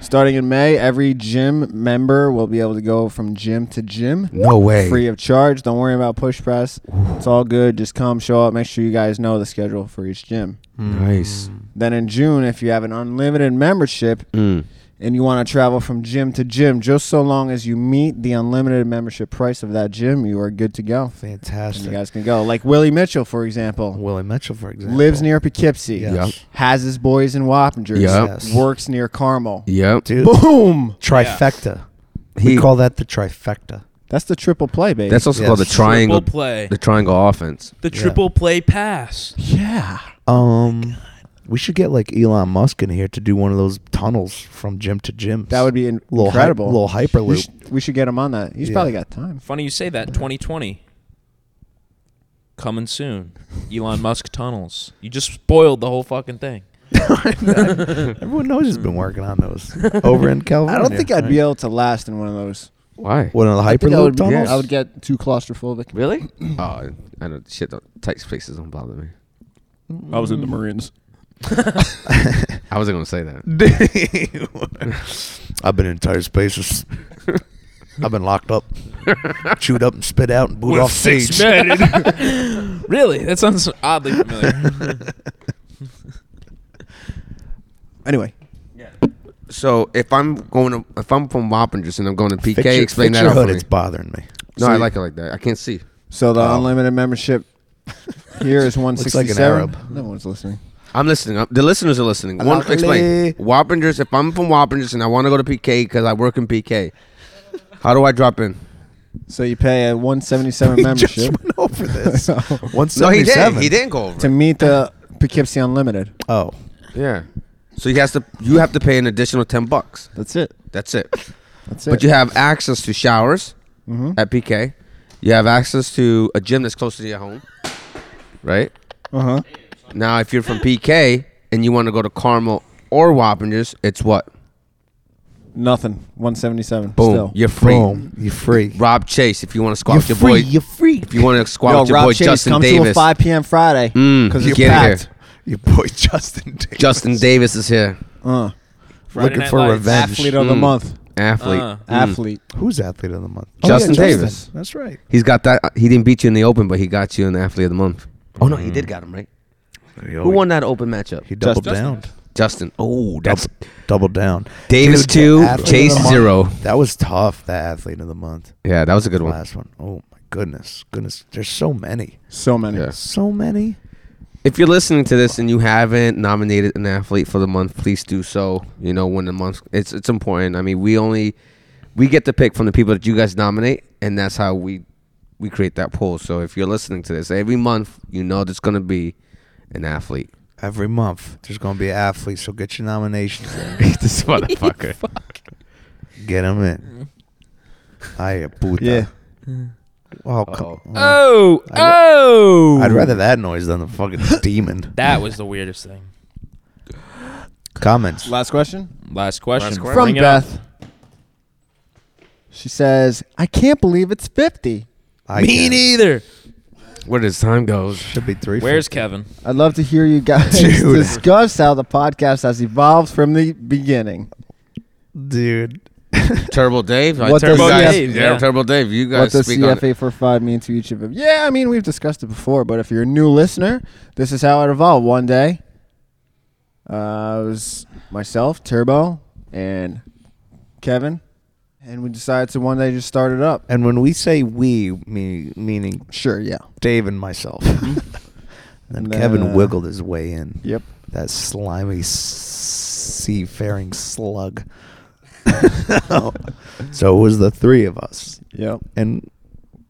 Starting in May, every gym member will be able to go from gym to gym. No way. Free of charge. Don't worry about push press. It's all good. Just come, show up. Make sure you guys know the schedule for each gym. Nice. Then in June, if you have an unlimited membership Mm. and you want to travel from gym to gym, just so long as you meet the unlimited membership price of that gym, you are good to go. And you Fantastic. guys can go. Like Willie Mitchell, for example, Willie Mitchell, for example, lives near Poughkeepsie, Yes. Yep. has his boys in Wappingers, Yep. Yes. works near Carmel. Yep. Dude, Boom! trifecta. He- we call that the trifecta. That's the triple play, baby. That's also Yes. called the triangle. Triple play. The triangle offense. The Yeah. triple play pass. yeah. Oh Um, we should get like Elon Musk in here to do one of those tunnels from gym to gym. That would be in- little hy- incredible. little We hyperloop. should, we should get him on that. He's Yeah. probably got time. Funny you say that. 2020. Coming soon. Elon Musk tunnels. You just spoiled the whole fucking thing. Everyone knows he's been working on those over in California. I don't think I'd be able to last in one of those. Why? One of the I think I hyperloop would, tunnels. I would get too claustrophobic. Really? oh, I don't. Shit, don't, tight spaces don't bother me. I was in the Marines. I wasn't gonna say that. I've been in tight spaces. I've been locked up, chewed up, and spit out, and booed off stage. Really? That sounds oddly familiar. Anyway, So if I'm going to, if I'm from Wappingers and I'm going to PK, Fix your- explain fix that your out hood. for me. It's bothering me. No, So I you- like it like that. I can't see. so the unlimited membership here is one Looks like sixty an seven. Arab. No one's listening. I'm listening. i the listeners are listening. One, Lovely. explain. Wappingers. If I'm from Wappingers and I want to go to PK because I work in PK, how do I drop in? So you pay a one seventy seven We just membership went over this. No, he 177. did. He didn't go over. to meet the Poughkeepsie Unlimited. Oh, Yeah. So he has to. You have to pay an additional ten bucks. That's it. That's it. That's it. But you have access to showers Mm-hmm. at PK. You have access to a gym that's close to your home, right? uh Uh-huh. huh. Now, if you're from PK and you want to go to Carmel or Wappingers, it's what? Nothing. One seventy seven. Boom. Still. You're free. boom. You free. Rob Chase, if you want to You squat free. with your boy. You free. if you want to squat Yo, with your Rob boy Chase, Justin come to a Davis. five p.m. Friday Mm, because it's get in packed. here. Your boy Justin. Davis. Justin Davis is here. Uh, Friday Looking Night for Lights. revenge. athlete of the Mm. month. Athlete. Uh. Mm. Athlete. Who's athlete of the month? Oh, Justin Davis. That's right. He's got that. He didn't beat you in the open, but he got you in the athlete of the month. Oh, no, he did got him, right? Who won that open matchup? He doubled Justin. down. Justin. Oh, that's Doubled down. Davis Dude, two, athlete of the Chase month. zero. That was tough. That athlete of the month. Yeah, that was a good one. Last one. Oh my goodness, goodness. There's so many, So many. Yeah. so many. If you're listening to this and you haven't nominated an athlete for the month, please do so. You know, when the month it's it's important. I mean, we only we get to pick from the people that you guys nominate, and that's how we we create that poll. So if you're listening to this every month, you know there's gonna be an athlete. Every month, there's going to be an athlete, so get your nominations in. this motherfucker. Get them in. I puta. Yeah. Oh, come on. Oh, I'd ra- oh. I'd rather that noise than the fucking demon. That was the weirdest thing. Comments. Last question. Last question. From Beth. She says, "I can't believe it's 50. I Me neither. Where does time goes? Should be three. Where's Kevin? I'd love to hear you guys Dude. discuss how the podcast has evolved from the beginning. dude? Turbo Dave. What Turbo does guys, Dave- yeah. yeah. Turbo Dave. You What guys does speak on it. CFA for five mean to each of them? Yeah, I mean we've discussed it before, but if you're a new listener, this is how it evolved. One day, uh, it was myself, Turbo, and Kevin, and we decided to one day just start it up. And when we say we, me, meaning Sure, yeah. Dave and myself. and then And then, Kevin uh, wiggled his way in. Yep. That slimy, seafaring slug. Oh. so it was the three of us. Yep. And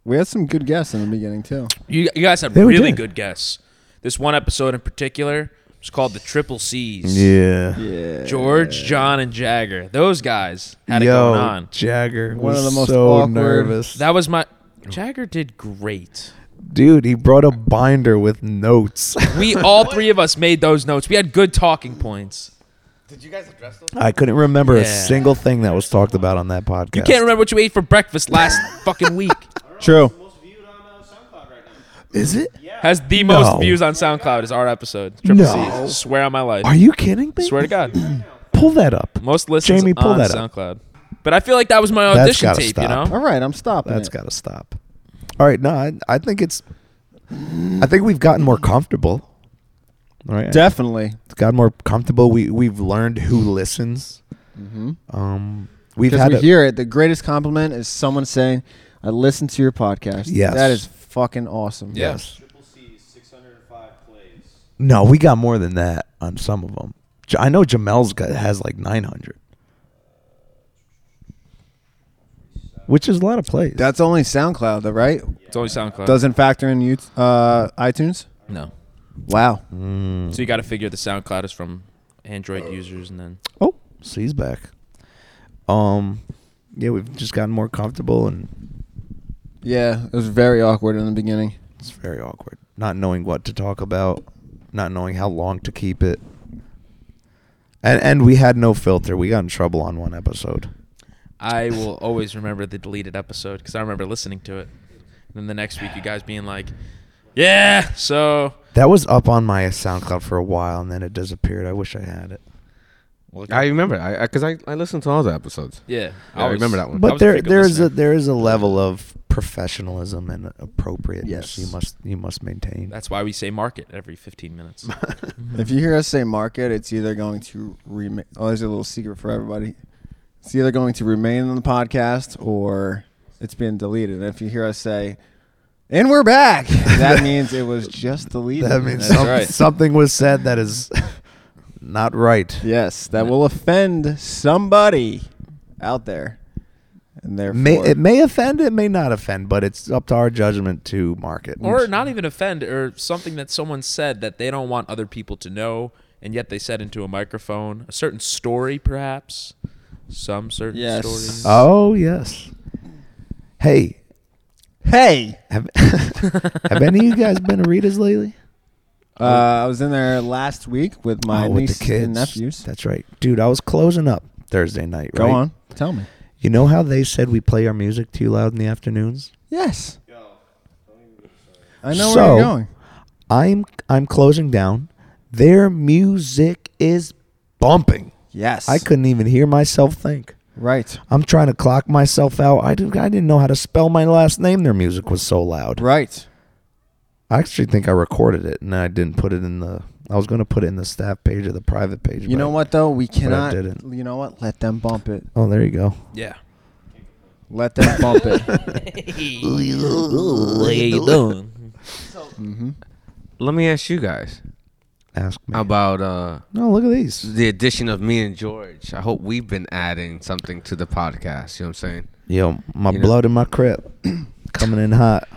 We had some good guests in the beginning too. You, you guys had They were really good. good guests. This one episode in particular was called the Triple C's. yeah. Yeah. George, John, and Jagger. Those guys had it Yo, going on. Jagger One was of the most so awkward- nervous. That was my. Jagger did great. Dude, he brought a binder with notes. We all three of us made those notes. We had good talking points. I couldn't remember a Yeah. single thing that was talked about on that podcast. You can't remember what you ate for breakfast last fucking week. True. Is it? Has the No. most views on SoundCloud is our episode. Triple No. C's. Swear on my life. Are you kidding me? Swear to God. Pull that up. Most listens Jamie, pull on that up. SoundCloud. But I feel like that was my That's audition gotta tape, you stop. know? All right, I'm stopping. That's it. got to stop. All right, no, I, I think it's. I think we've gotten more comfortable. All right, Definitely. it's gotten more comfortable. We we've learned who listens. Um, we've Mm-hmm. Because had we a, hear it. The greatest compliment is someone saying, "I listened to your podcast." Yes. that is fucking awesome. Yeah. no, we got more than that on some of them. I know Jamel's got has like nine hundred, which is a lot of plays. that's only SoundCloud, though, right? It's only SoundCloud. Doesn't factor in you uh, iTunes. no. Wow. So you got to figure the SoundCloud is from Android users, and then Oh, so he's back. Um, yeah, we've just gotten more comfortable, and Yeah, it was very awkward in the beginning. it's very awkward not knowing what to talk about, not knowing how long to keep it, and and we had no filter. We got in trouble on one episode. I will always remember the deleted episode because I remember listening to it. And then the next week, you guys being like, "Yeah, so That was up on my SoundCloud for a while, and then it disappeared. I wish I had it. I remember. I because I, I listened to all the episodes. yeah." I remember that one. I But was a there frequent there is a listener. there is a level of professionalism and appropriateness Yes. you must you must maintain. That's why we say market every 15 minutes. If you hear us say market, it's either going to remain. Oh, there's a little secret for everybody. It's either going to remain on the podcast or it's being deleted. And if you hear us say, "And we're back," that means it was just deleted. that means That's some- right. something was said that is not right. Yes, that will offend somebody out there, and therefore May, it may offend, it may not offend, but it's up to our judgment to market. or not even offend, or something that someone said that they don't want other people to know, and yet they said into a microphone a certain story, perhaps some certain Yes. stories. oh yes. Hey, hey, have, have any of you guys been to Rita's lately? uh, I was in there last week with my Oh, niece and nephews. That's right, dude. I was closing up Thursday night. Go right? on, tell me. You know how they said we play our music too loud in the afternoons? Yes, I know So- where you're going. I'm I'm closing down. Their music is bumping. Yes, I couldn't even hear myself think. Right, I'm trying to clock myself out. I didn't, I didn't know how to spell my last name. Their music was so loud. right. I actually think I recorded it and I didn't put it in the. I was going to put it in the staff page or the private page. You but- know what though? We I cannot. didn't. You know what? Let them bump it. Oh, there you go. yeah. Let them bump it. What are you doing? Let me ask you guys Ask me. about uh, no, look at these. the addition of me and George. I hope we've been adding something to the podcast. You know what I'm saying? Yo, my You know- blood in my crib, coming in hot.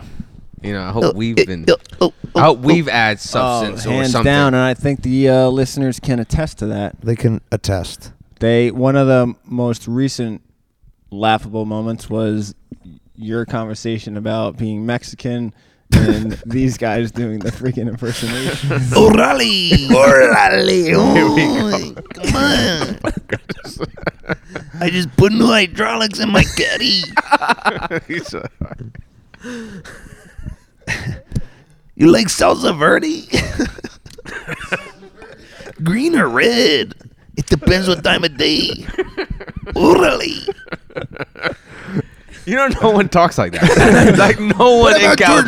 You know, I hope we've been. I hope we've added substance Oh, or hands something. down, and I think the uh, listeners can attest to that. They can attest. They one of the most recent laughable moments was your conversation about being Mexican and these guys doing the freaking impersonation. Orale! Orale! Oh, come on! I just put new hydraulics in my caddy. you like salsa verde? Green or red? It depends what time of day. Orale! You know, no one talks like that. like no one What in about Cal- George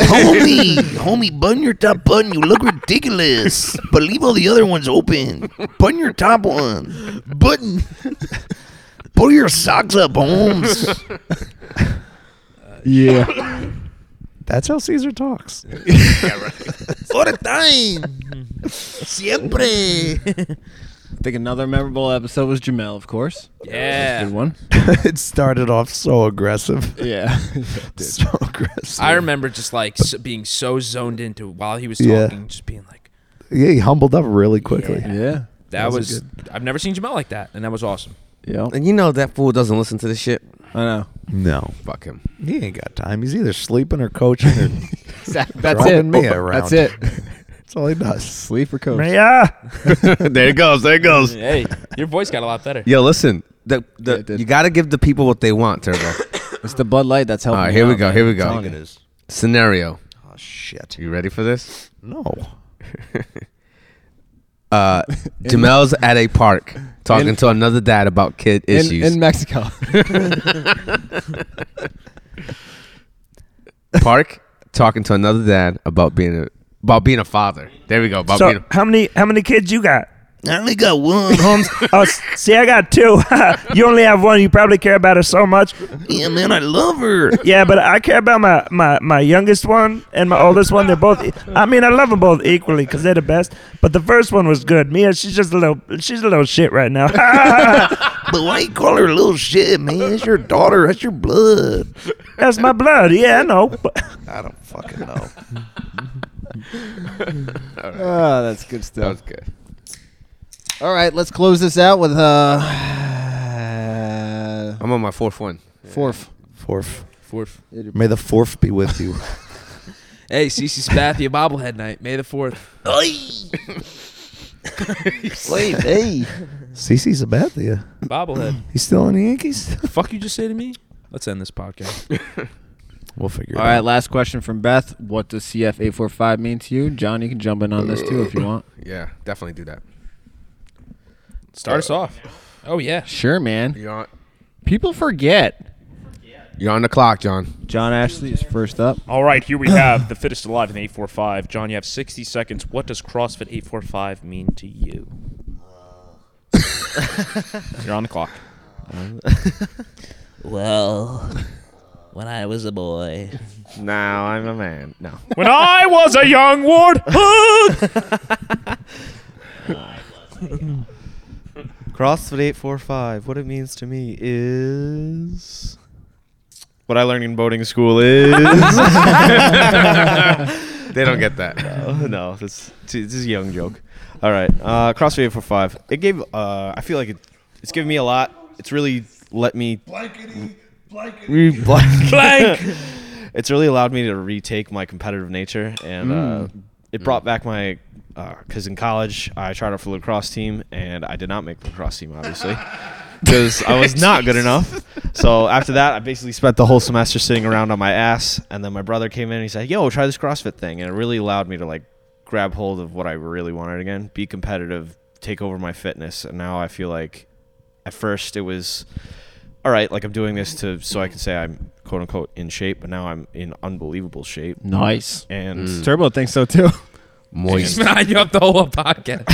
homie, homie, button your top button. You look ridiculous. But leave all the other ones open. Button your top one. Button. Pull your socks up, Holmes. yeah. That's how Caesar talks. All the time. Mm-hmm. Siempre. I think another memorable episode was Jamel, of course. Yeah. Good one. it started off so aggressive. Yeah. so aggressive. I remember just like s being so zoned into while he was talking, Yeah. just being like, Yeah, he humbled up really quickly. yeah. that was a was, I've never seen Jamel like that, and that was awesome. Yeah. And you know that fool doesn't listen to this shit. I know. No, Fuck him. he ain't got time. He's either sleeping or coaching or That's Driving me around. That's it. that's all he does. Sleep or coach. Yeah. there it goes. There it goes. Hey, your voice got a lot better. Yo, listen. The, Yeah, the, it did. you got to give the people what they want, Turbo. It's the Bud Light that's All helping. right, me here we out, go. man. Here we I'm telling go. you. is. Scenario. Oh shit. You ready for this? No. Uh, Jamel's at a park talking to another dad about kid In, issues. in Mexico. park talking to another dad about being a about being a father. There we go. About being So a, how many how many kids you got? I only got one, Holmes. Oh, s- see, I got two. you only have one. You probably care about her so much. Yeah, man, I love her. Yeah, but I care about my, my, my youngest one and my oldest one. They're both. e, I mean, I love them both equally because they're the best. But the first one was good. Mia, she's just a little. She's a little shit right now. But why you call her little shit, man? That's your daughter. That's your blood. That's my blood. Yeah, I know. But I don't fucking know. oh, that's good that stuff. was good. All right, let's close this out with uh I'm on my fourth one. fourth. Fourth. Fourth. May the fourth be with you. Hey, Cece Spathia bobblehead night, May the fourth. Oy. Wait, hey. CC's a bad thing. Bobblehead. He's still on the Yankees. the fuck you just say to me? Let's end this podcast. We'll figure All it right, out. last question from Beth. What does CF845 mean to you? John, you can jump in on this too if you want. Yeah, definitely do that. Start us off. Oh yeah. Sure, man. You're on, People forget. you're on the clock, John. John Ashley is first up. All right, here we have the fittest alive in 845. John, you have 60 seconds. What does CrossFit 845 mean to you? You're on the clock. Well, when I was a boy, Now I'm a man. No. When I was a young warthog. CrossFit 845, what it means to me is. What I learned in boating school is. They don't get that. Oh, no, this, t- this is a young joke. All right, uh, CrossFit 845. It gave. Uh, I feel like it, it's given me a lot. It's really let me. Blankety, blankety. Blank. it's really allowed me to retake my competitive nature, and uh, it brought back my. Because in college, I tried out for the lacrosse team, and I did not make the lacrosse team, obviously, because I was not good enough. So after that, I basically spent the whole semester sitting around on my ass, and then my brother came in and he said, "Yo, try this CrossFit thing," and it really allowed me to like grab hold of what I really wanted again, be competitive, take over my fitness, and now I feel like at first it was all right, like I'm doing this to so I can say I'm quote unquote in shape, but now I'm in unbelievable shape. Nice. And Turbo thinks so too. Moist. Just eyed you up the whole podcast.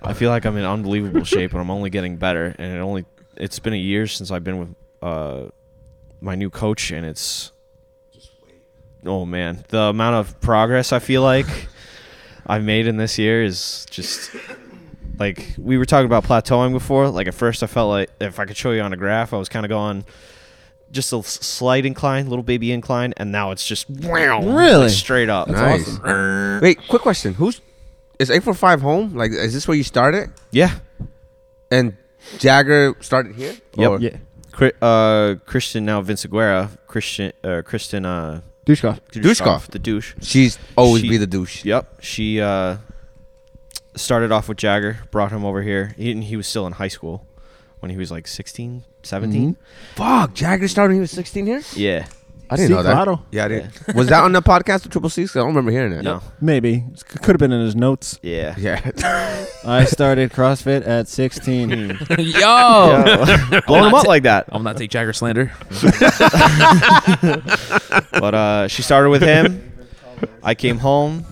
I feel like I'm in unbelievable shape, and I'm only getting better. And it only it's been a year since I've been with uh, my new coach, and it's oh man, the amount of progress I feel like I've made in this year is just like we were talking about plateauing before. Like at first, I felt like if I could show you on a graph, I was kind of going just a s- slight incline, little baby incline, and now it's just wow, like, Really? straight up. nice. Wait, quick question. Who's is eight four five home? Like, is this where you started? Yeah. And Jagger started here. Yep. Oh, Or- Yeah. Cri- uh, Christian now Vince Aguera, Christian, uh, Kristen, uh, Dushkov. Dushkov. the douche. She's always be the douche. Yep, she uh, started off with Jagger, brought him over here. He didn't- he was still in high school when he was like 16, 17. Mm-hmm. Fuck, Jagger started when he was sixteen here. Yeah, I didn't know that. Yeah, I didn't. Was that on the podcast with Triple Six? I don't remember hearing that. No. Maybe it could have been in his notes. Yeah. Yeah. I started CrossFit at 16. Yo, Oh. Yo. Blowing I'll him not up ta- like that. I'll not take Jagger slander. but uh, she started with him. I came home.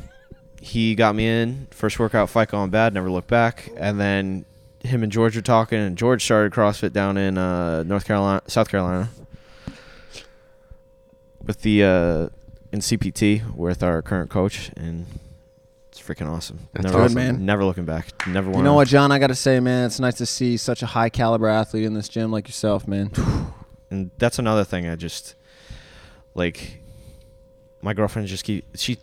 He got me in first workout fight gone bad. Never looked back. And then him and George were talking, and George started CrossFit down in uh, North Carolina, South Carolina, with the uh, in CPT with our current coach, and it's freaking awesome. That's never good, looking- man. Never looking back. Never. You wanna- know what, John? I got to say, man, it's nice to see such a high caliber athlete in this gym like yourself, man. and that's another thing i just like my girlfriend just keep she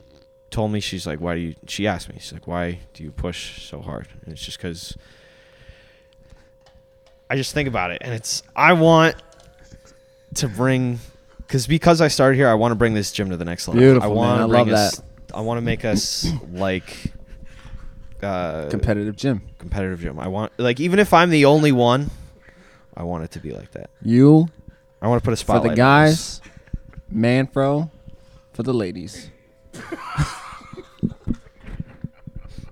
told me she's like why do you she asked me she's like why do you push so hard and it's just because i just think about it and it's i want to bring because because i started here i want to bring this gym to the next level Beautiful, i man. want I to love bring us that. i want to make us like uh Competitive gym. competitive gym i want like even if i'm the only one i want it to be like that You i want to put a for spotlight the on us. guys, Manfro for the ladies.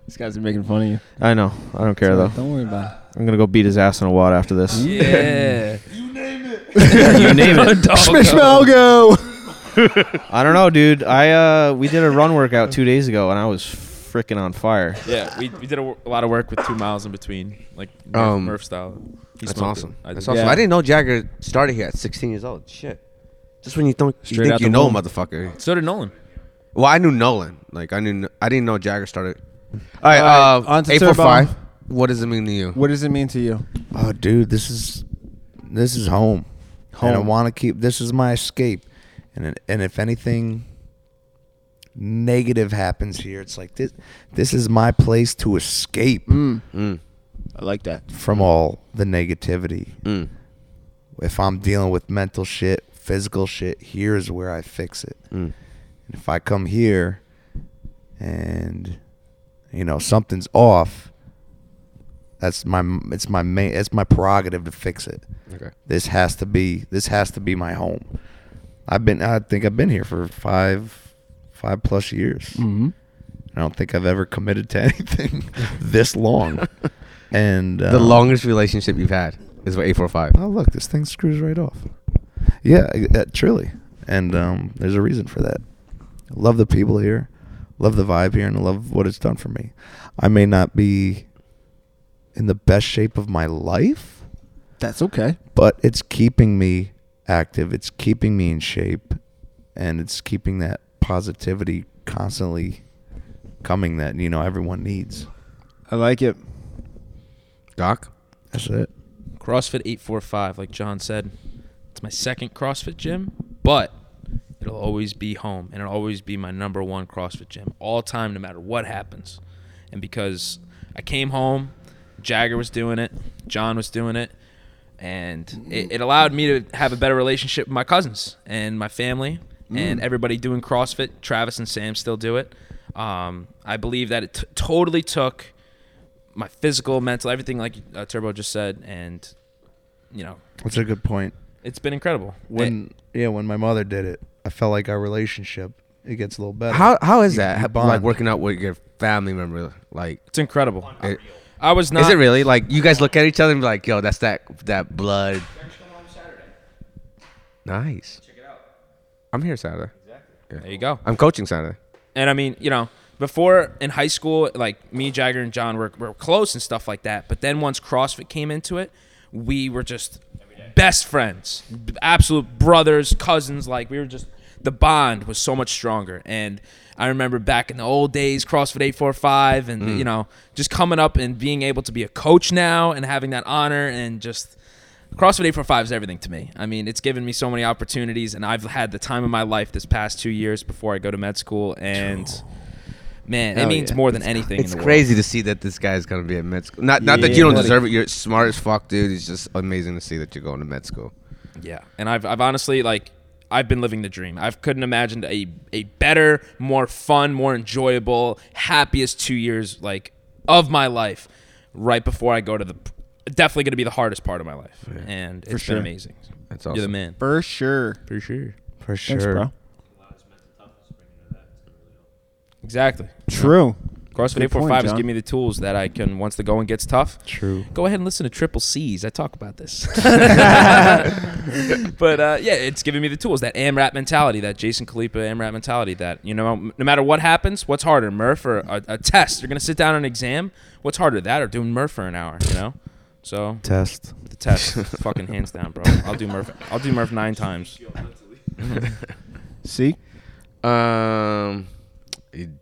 These guys are making fun of you. I know. I don't It's care all though. right. Don't worry about it. I'm gonna go beat his ass in a wad after this. Yeah. you name it. Schmishmalgo. I don't know, dude. I uh, we did a run workout two days ago, and I was freaking on fire. Yeah, we, we did a, wo- a lot of work with two miles in between, like Murph, Um, Murph style. He smoked That's it. awesome. I That's did. awesome. I didn't know Jagger started here at 16 years old. Shit. Just when you think you, Straight think out you the know, womb. motherfucker. So did Nolan. Well, I knew Nolan. Like I knew. I didn't know Jagger started. All right. All right, uh, on to eight four Turbo. five. What does it mean to you? What does it mean to you? Oh, dude, this is this is home. And I Home. want to keep. This is my escape. And it- and if anything negative happens here, it's like this. This is my place to escape Mm. Hmm. I like that. from all the negativity. Mm. If I'm dealing with mental shit, physical shit, here is where I fix it. Mm. And if I come here and you know something's off, that's my it's my main it's my prerogative to fix it. Okay. This has to be this has to be my home. I've been I think I've been here for 5 5 plus years. Mm. Mhm. I don't think I've ever committed to anything this long. and the um, longest relationship you've had is with eight four five. Oh look, this thing screws right off. Yeah, uh, truly. And um, there's a reason for that. I love the people here, love the vibe here, and I love what it's done for me. I may not be in the best shape of my life, That's okay. but it's keeping me active. It's keeping me in shape, and it's keeping that positivity constantly coming that you know everyone needs. I like it. Doc. That's it. CrossFit 845, like John said, it's my second CrossFit gym, but it'll always be home and it'll always be my number one CrossFit gym all time, no matter what happens. And because I came home, Jagger was doing it, John was doing it, and it, it allowed me to have a better relationship with my cousins and my family and everybody doing CrossFit. Travis and Sam still do it. Um, I believe that it t- totally took my physical, mental, everything like uh, Turbo just said, and you know, That's a good point. it's been incredible. when yeah when my mother did it i felt like our relationship it gets a little better How how is You- that? you like bond. working out with your family member. Like, it's incredible. it- I was not. is it really like you guys look at each other and be like, yo, that's that that blood. Nice. Check it out. I'm here Saturday. There you go. I'm coaching Saturday. And I mean, you know, before in high school, like me, Jagger, and John were, were close and stuff like that. But then once CrossFit came into it, we were just best friends, b- absolute brothers, cousins. Like we were just the bond was so much stronger. And I remember back in the old days, CrossFit 845, and you know, just coming up and being able to be a coach now and having that honor and just CrossFit 845 is everything to me. I mean, it's given me so many opportunities, and I've had the time of my life this past two years before I go to med school. And man, it Hell means yeah. more than anything. It's in the crazy World. to see that this guy's gonna be at med school. Not not that you Yeah, don't buddy. deserve it. You're smart as fuck, dude. It's just amazing to see that you're going to med school. Yeah, and I've I've honestly like I've been living the dream. I couldn't imagine a a better, more fun, more enjoyable, happiest two years like of my life. Right before I go to the definitely going to be the hardest part of my life, and it's For sure. been amazing. That's You're the awesome. man. For sure. For sure. For Thanks, sure. bro. Exactly. True. CrossFit Good eight four point, five is John. giving me the tools that I can once the going gets tough. True. Go ahead and listen to Triple C's. I talk about this. but uh, yeah, it's giving me the tools that AMRAP mentality, that Jason Kalipa AMRAP mentality. That you know, no matter what happens, what's harder, Murph or a, a test? You're gonna sit down on an exam. What's harder, that or doing Murph for an hour? You know. So Test. the test, fucking hands down, bro. I'll do Murph. I'll do Murph nine times. See? Um,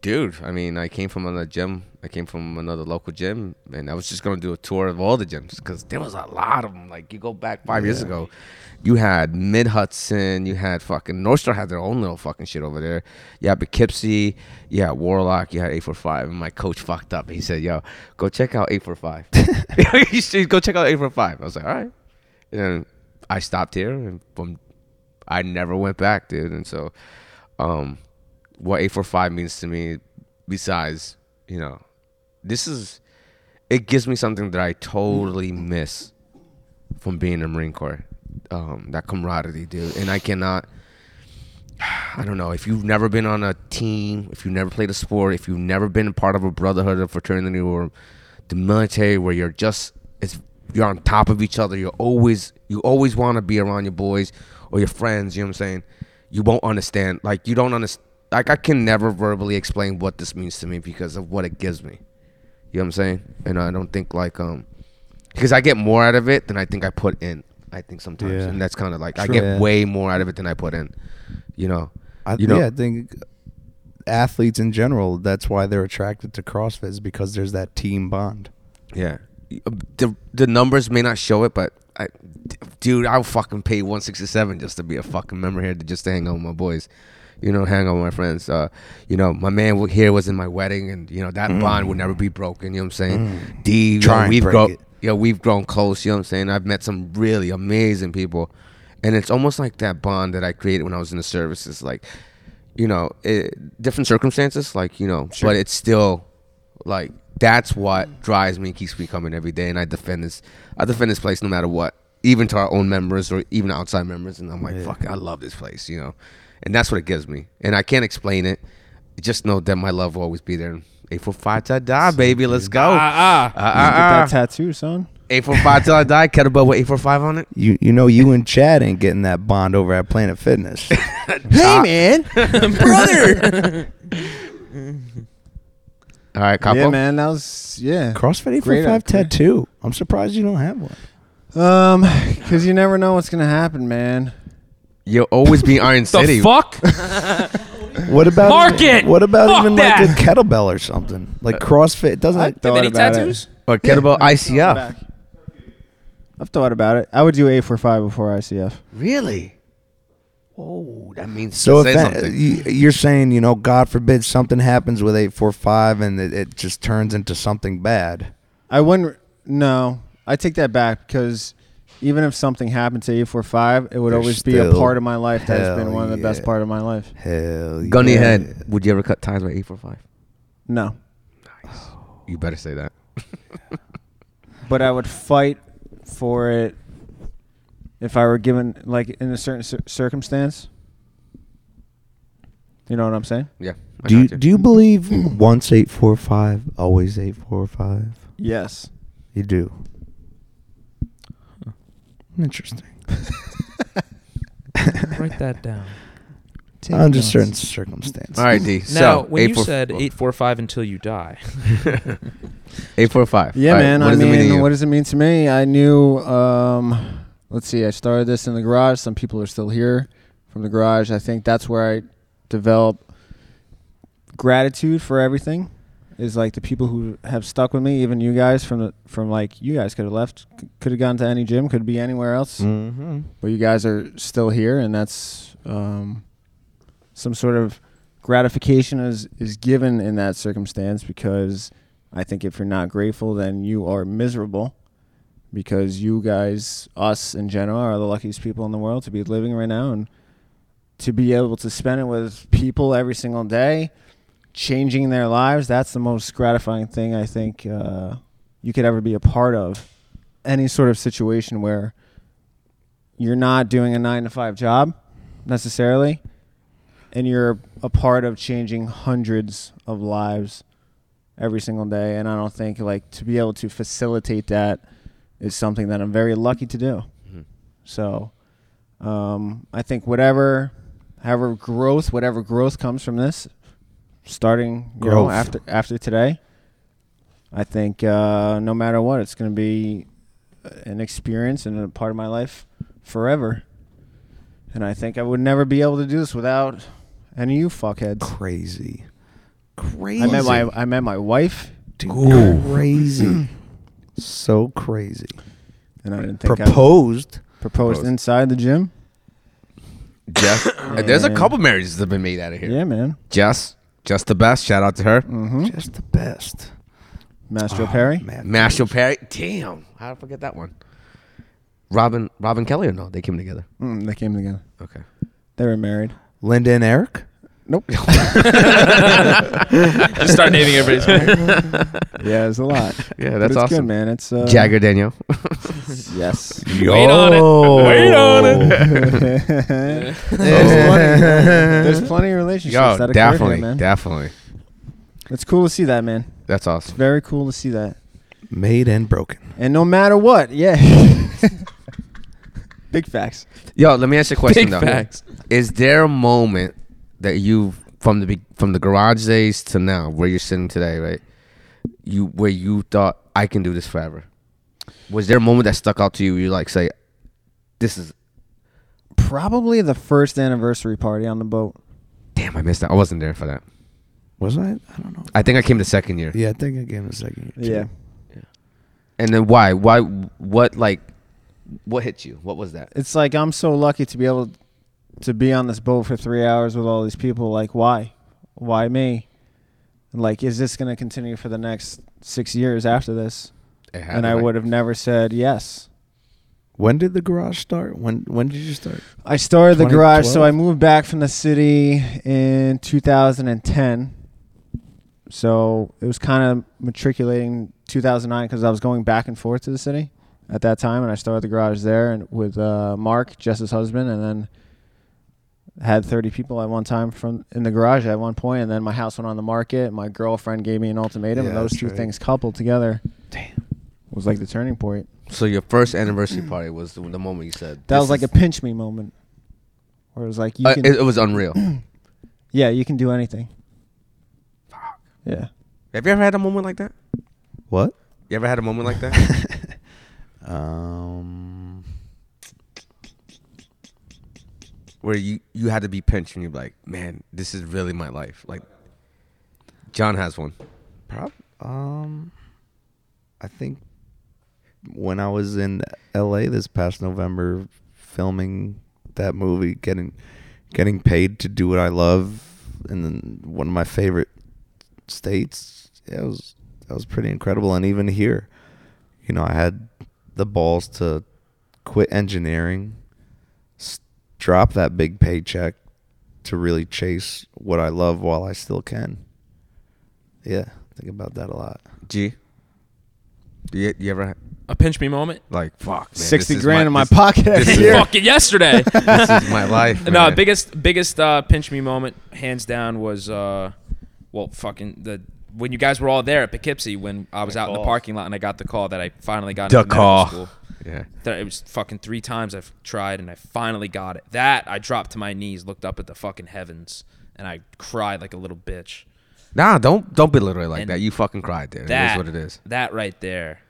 dude, I mean, I came from another gym. I came from another local gym, and I was just gonna do a tour of all the gyms because there was a lot of them. Like you go back five years Yeah. ago, you had Mid Hudson, you had fucking North Star had their own little fucking shit over there. You had Poughkeepsie, you had Warlock, you had eight four five. And my coach fucked up. He said, "Yo, go check out eight four five. He said, "Go check out eight four five. I was like, "All right." And I stopped here, and boom, I never went back, dude. And so, um, what eight four five means to me, besides you know, this is it gives me something that I totally miss from being in the Marine Corps. Um, that camaraderie, dude. And I cannot. I don't know. If you've never been on a team, if you've never played a sport, if you've never been a part of a brotherhood, a fraternity, or the military, where you're just it's you're on top of each other. You're always you always want to be around your boys or your friends. You know what I'm saying? You won't understand. Like you don't understand. Like I can never verbally explain what this means to me because of what it gives me. You know what I'm saying? And I don't think like um because I get more out of it than I think I put in. I think sometimes, Yeah. and that's kind of like I True. get Yeah. way more out of it than I put in. You know, I, you know, yeah, I think athletes in general, that's why they're attracted to CrossFit is because there's that team bond. Yeah. The the numbers may not show it, but I, dude, I'll fucking pay one sixty seven just to be a fucking member here, to just to hang out with my boys. You know, hang out with my friends. Uh, you know, my man w- here was in my wedding, and you know that Mm. bond would never be broken. You know what I'm saying? Mm. D, you know, Try and we've break grown, it. yeah, we've grown close. You know what I'm saying? I've met some really amazing people, and it's almost like that bond that I created when I was in the services. Like, you know, it, different circumstances, like you know, but it's still like that's what drives me, keeps me coming every day, and I defend this. I defend this place no matter what, even to our own members or even outside members. And I'm like, Yeah. fuck, I love this place, you know, and that's what it gives me. And I can't explain it. Just know that my love will always be there. Eight four five till I die, baby. Let's go. Ah, uh, You uh, should uh, Get that tattoo, son. Eight four five till I die. Kettlebell with eight four five on it. You you know you and Chad ain't getting that bond over at Planet Fitness. Ah. man, brother. All right, couple. Yeah, man, that was yeah. CrossFit Great 845 idea. tattoo. I'm surprised you don't have one. Um, because you never know what's gonna happen, man. You'll always be Iron City. The fuck? What about Market! What about Fuck even that! like a kettlebell or something? Uh, Like CrossFit it doesn't. I Did thought any about it. tattoos? Or kettlebell ICF. Back. I've thought about it. I would do A four five before ICF. Really? Oh, that means so if say that, something. you, you're saying, you know, God forbid something happens with eight four five and it, it just turns into something bad. I wouldn't. No, I take that back because even if something happened to A four five, it would There's always be a still- part of my life that has been hell one of the best yeah. part of my life. Hell, Gun to yeah. your head. Would you ever cut ties with eight four five? No, You better say that. but I would fight for it if I were given like in a certain cir- circumstance. You know what I'm saying? Yeah. I Do you, got do you believe once eight four five, always eight four five? Yes. You do. Interesting. Write that down. Under certain circumstances. All right, D. Now, so when eight you four- said eight four five until you die, eight four five. Yeah, All right, man. What I does mean, it mean to you? what does it mean to me? I knew. Um, let's see. I started this in the garage. Some people are still here from the garage. I think that's where I develop gratitude for everything. is like the people who have stuck with me, even you guys from the, from like you guys could have left, could have gone to any gym, could be anywhere else, Mm-hmm. Mhm. but you guys are still here, and that's um, some sort of gratification is is given in that circumstance because I think if you're not grateful, then you are miserable. Because you guys, us in general, are the luckiest people in the world to be living right now, and to be able to spend it with people every single day, changing their lives, that's the most gratifying thing I think uh, you could ever be a part of. Any sort of situation where you're not doing a nine to five job necessarily, and you're a part of changing hundreds of lives every single day. And I don't think like to be able to facilitate that is something that I'm very lucky to do. So um, I think whatever, however growth, whatever growth comes from this, starting you know, Growth. after after today, I think uh, no matter what, it's going to be an experience and a part of my life forever. And I think I would never be able to do this without any of you fuckheads. Crazy, crazy. I met my I met my wife. Dude, crazy, so crazy. And I didn't think I- proposed. proposed inside the gym. Jess, Uh, there's a Yeah. couple marriages that have been made out of here. Yeah, man. Jess, just the best. Shout out to her. Just the best. Mastro Perry. Mastro Perry. Damn, how did I forget that one? Robin, Robin Kelly, or no? They came together. Mm, they came together. Okay. They were married. Linda and Eric. Nope. Just start naming everybody's married. Yeah, it's a lot. Yeah, But that's it's good, awesome. man. It's uh, Jagger Daniel. yes. Wait on it. Wait on there's, plenty, there's plenty of relationships Yo, that occur definitely, here, man. definitely. It's cool to see that, man. That's It's awesome. very cool to see that. Made and broken. And no matter what, yeah. Big facts. Yo, let me ask you a question Big though. facts. Is there a moment that you from the be- from the garage days to now where you're sitting today, right? You where you thought I can do this forever. Was there a moment that stuck out to you? Where you like say, "This is Probably the first anniversary party on the boat. damn, I missed that. I wasn't there for that. Was I? I don't know. I think I came the second year. Yeah, I think I gave him a second year. too. Yeah. And then why? Why? What like? What hit you? What was that? It's like I'm so lucky to be able to be on this boat for three hours with all these people. Like, why? Why me? Like, is this going to continue for the next six years after this? It And happened, I like- would have never said yes. When did the garage start? When when did you start? I started the garage, 2012? so I moved back from the city in 2010. So it was kind of matriculating 2009 because I was going back and forth to the city at that time, and I started the garage there and with uh, Mark, Jess's husband, and then had 30 people at one time from in the garage at one point, and then my house went on the market. My girlfriend gave me an ultimatum, and Yeah, those that's two right. things coupled together, was like the turning point. So your first anniversary party was the, the moment you said That "This was like is- a pinch me moment, where it was like you Uh, can, it, it was unreal. yeah, you can do anything. Yeah. Have you ever had a moment like that? What? You ever had a moment like that? Um. where you you had to be pinched and you're like, man, this is really my life. Like, John has one. Prob- um, I think when I was in L.A. this past November, filming that movie, getting getting paid to do what I love, and then one of my favorite states. That was that was pretty incredible. And even here, you know, I had the balls to quit engineering, s- drop that big paycheck to really chase what I love while I still can. Yeah, think about that a lot. G. Do you, you ever ha- A pinch me moment. like fuck? Man, 60 this is grand in my this- pocket This every is year. fuck- Fucking yesterday. This is my life, No, man. biggest biggest uh, pinch me moment, hands down, was uh, well, fucking the when you guys were all there at Poughkeepsie when I was out in call. the parking lot and I got the call that I finally got The into medical call. school. Yeah. That it was fucking three times I've tried and I finally got it. That I dropped to my knees, looked up at the fucking heavens, and I cried like a little bitch. Nah, don't don't belittle it like And that. You fucking cried there. That it is what it is. That right there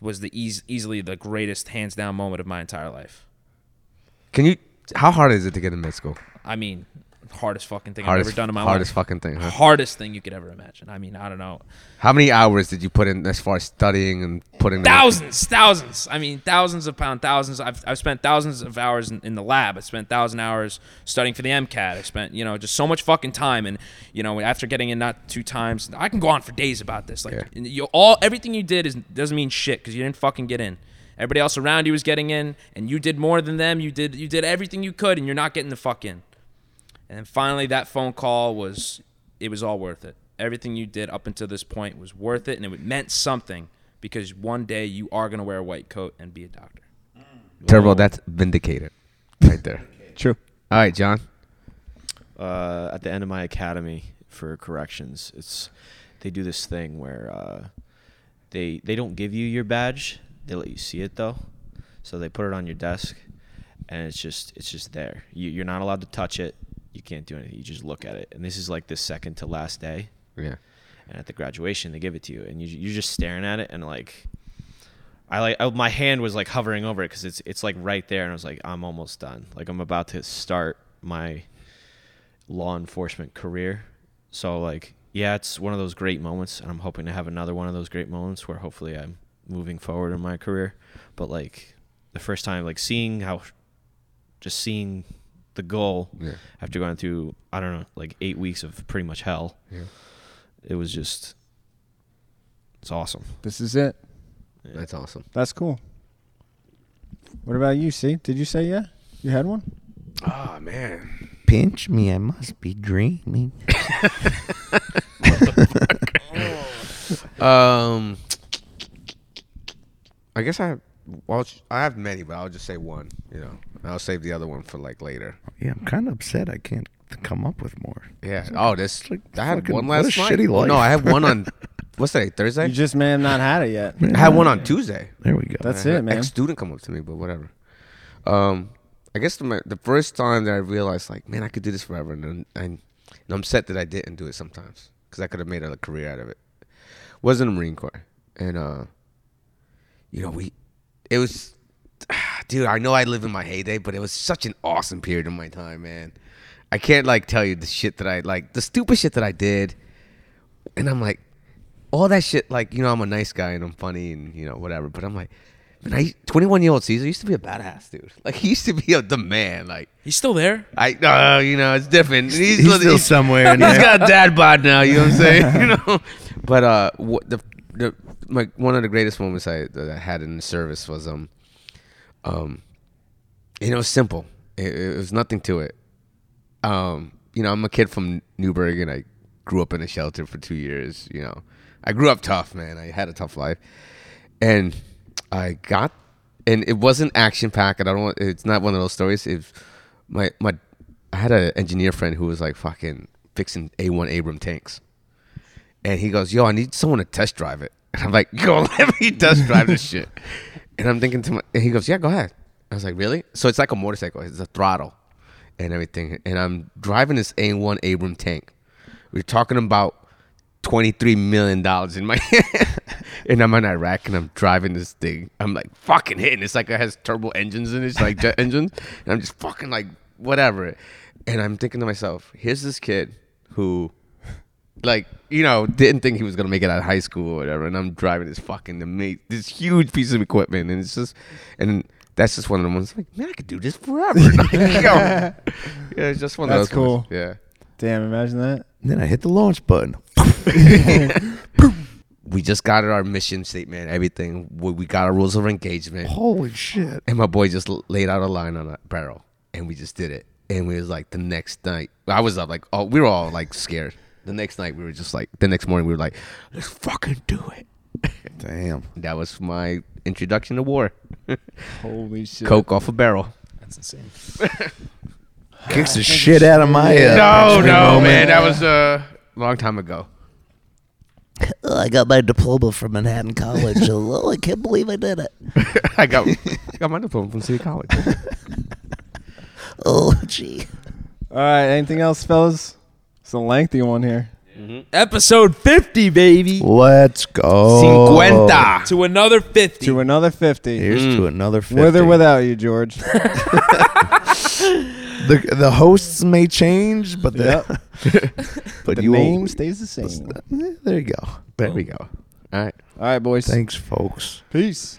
was the eas- easily the greatest hands down moment of my entire life. Can you? How hard is it to get in med school? I mean, hardest fucking thing Hardest- I've ever done in my hardest life. fucking thing, huh? Hardest thing you could ever imagine. I mean, I don't know. How many hours did you put in as far as studying and putting the work- Thousands, thousands. I mean, thousands of pounds, thousands. I've, I've spent thousands of hours in, in the lab. I spent thousand hours studying for the MCAT. I spent, you know, just so much fucking time. And, you know, after getting in not two times, I can go on for days about this. Like, and you, all everything you did is doesn't mean shit because you didn't fucking get in. Everybody else around you was getting in, and you did more than them. You did you did everything you could, and you're not getting the fuck in. And then finally, that phone call was it was all worth it. Everything you did up until this point was worth it, and it meant something because one day you are gonna wear a white coat and be a doctor. Turbo, that's vindicated right there. True. All right, John. uh, at the end of my academy for corrections. It's they do this thing where uh, they they don't give you your badge. They let you see it though, so they put it on your desk, and it's just it's just there. You, you're not allowed to touch it. You can't do anything. You just look at it. And this is like the second to last day. Yeah. And at the graduation, they give it to you, and you you're just staring at it, and like. I like I, my hand was like hovering over it because it's it's like right there, and I was like, I'm almost done. Like I'm about to start my law enforcement career. So like, yeah, it's one of those great moments, and I'm hoping to have another one of those great moments where hopefully I'm moving forward in my career. But like, the first time, like seeing how, just seeing the goal Yeah. after going through, I don't know, like eight weeks of pretty much hell. Yeah. It was just, it's awesome. This is it. That's awesome. That's cool. What about you? See, did you say yeah? You had one? Oh man. Pinch me, I must be dreaming. Um, I guess I well I have many, but I'll just say one. You know, and I'll save the other one for like later. yeah, I'm kind of upset I can't come up with more. Yeah. Oh, this like I had fucking- one what a last night. shitty life. No, I had one on what's today? Thursday. You just may have not had it yet. I had one on Tuesday. There we go. That's I had it, an man. Ex-student come up to me, but whatever. Um, I guess the, my- the first time that I realized, like, man, I could do this forever, and and, and I'm set that I didn't do it sometimes because I could have made a career out of it. Was in the Marine Corps, and uh, you know, we it was, dude. I know I live in my heyday, but it was such an awesome period of my time, man. I can't like tell you the shit that I like, the stupid shit that I did, and I'm like, all that shit. Like, you know, I'm a nice guy and I'm funny and you know whatever, but I'm like, man, I 21 year old Caesar used to be a badass dude. Like, he used to be a, the man. Like, he's still there. I, uh, you know, it's different. He's, he's still somewhere in He's there. got a dad bod now. You know what I'm saying? you know, but uh, what the the my one of the greatest moments I that I had in the service was um, um, you know, it was simple. It, it was nothing to it. Um, you know, I'm a kid from Newburgh, and I grew up in a shelter for two years. You know, I grew up tough, man. I had a tough life, and I got, and it wasn't action packed. and I don't. want It's not one of those stories. It's my my. I had an engineer friend who was like fucking fixing A1 Abram tanks, and he goes, "Yo, I need someone to test drive it." And I'm like, "Yo, let me test drive this shit." And I'm thinking to my, and he goes, "Yeah, go ahead." I was like, "Really?" So it's like a motorcycle. It's a throttle and everything. And I'm driving this A1 Abram tank. We're talking about $23 million in my and I'm in Iraq and I'm driving this thing. I'm like fucking hitting. It's like it has turbo engines in it, it's like jet engines. And I'm just fucking like whatever. And I'm thinking to myself, here's this kid who like you know didn't think he was gonna make it out of high school or whatever and i'm driving this fucking amazing this huge piece of equipment and it's just and that's just one of the ones like man i could do this forever Like, yo. yeah it's just one That's of those cool. ones. yeah Damn, imagine that. And then I hit the launch button. we just got our mission statement everything we we got our rules of engagement Holy shit. And my boy just l- laid out a line on a barrel, and we just did it. And we was like the next night, I was up like, oh, we were all like scared. The next night, we were just like, the next morning, we were like, let's fucking do it. Damn. That was my introduction to war. Holy shit. Coke off a barrel. That's insane. Kicks the shit out of my uh, no, no, man, that was a uh, long time ago. Oh, I got my diploma from Manhattan College. oh, I can't believe I did it. I got, I got my diploma from City College. Oh, gee. All right. Anything else, fellas? It's a lengthy one here. Episode fifty, baby. Let's go. To another fifty. To another 50. Mm. Here's to another 50. With or without you, George. the the hosts may change, but the but The you won't- name stays the same. Eh, Oh. There you go. There we go. All right. All right, boys. Thanks, folks. Peace.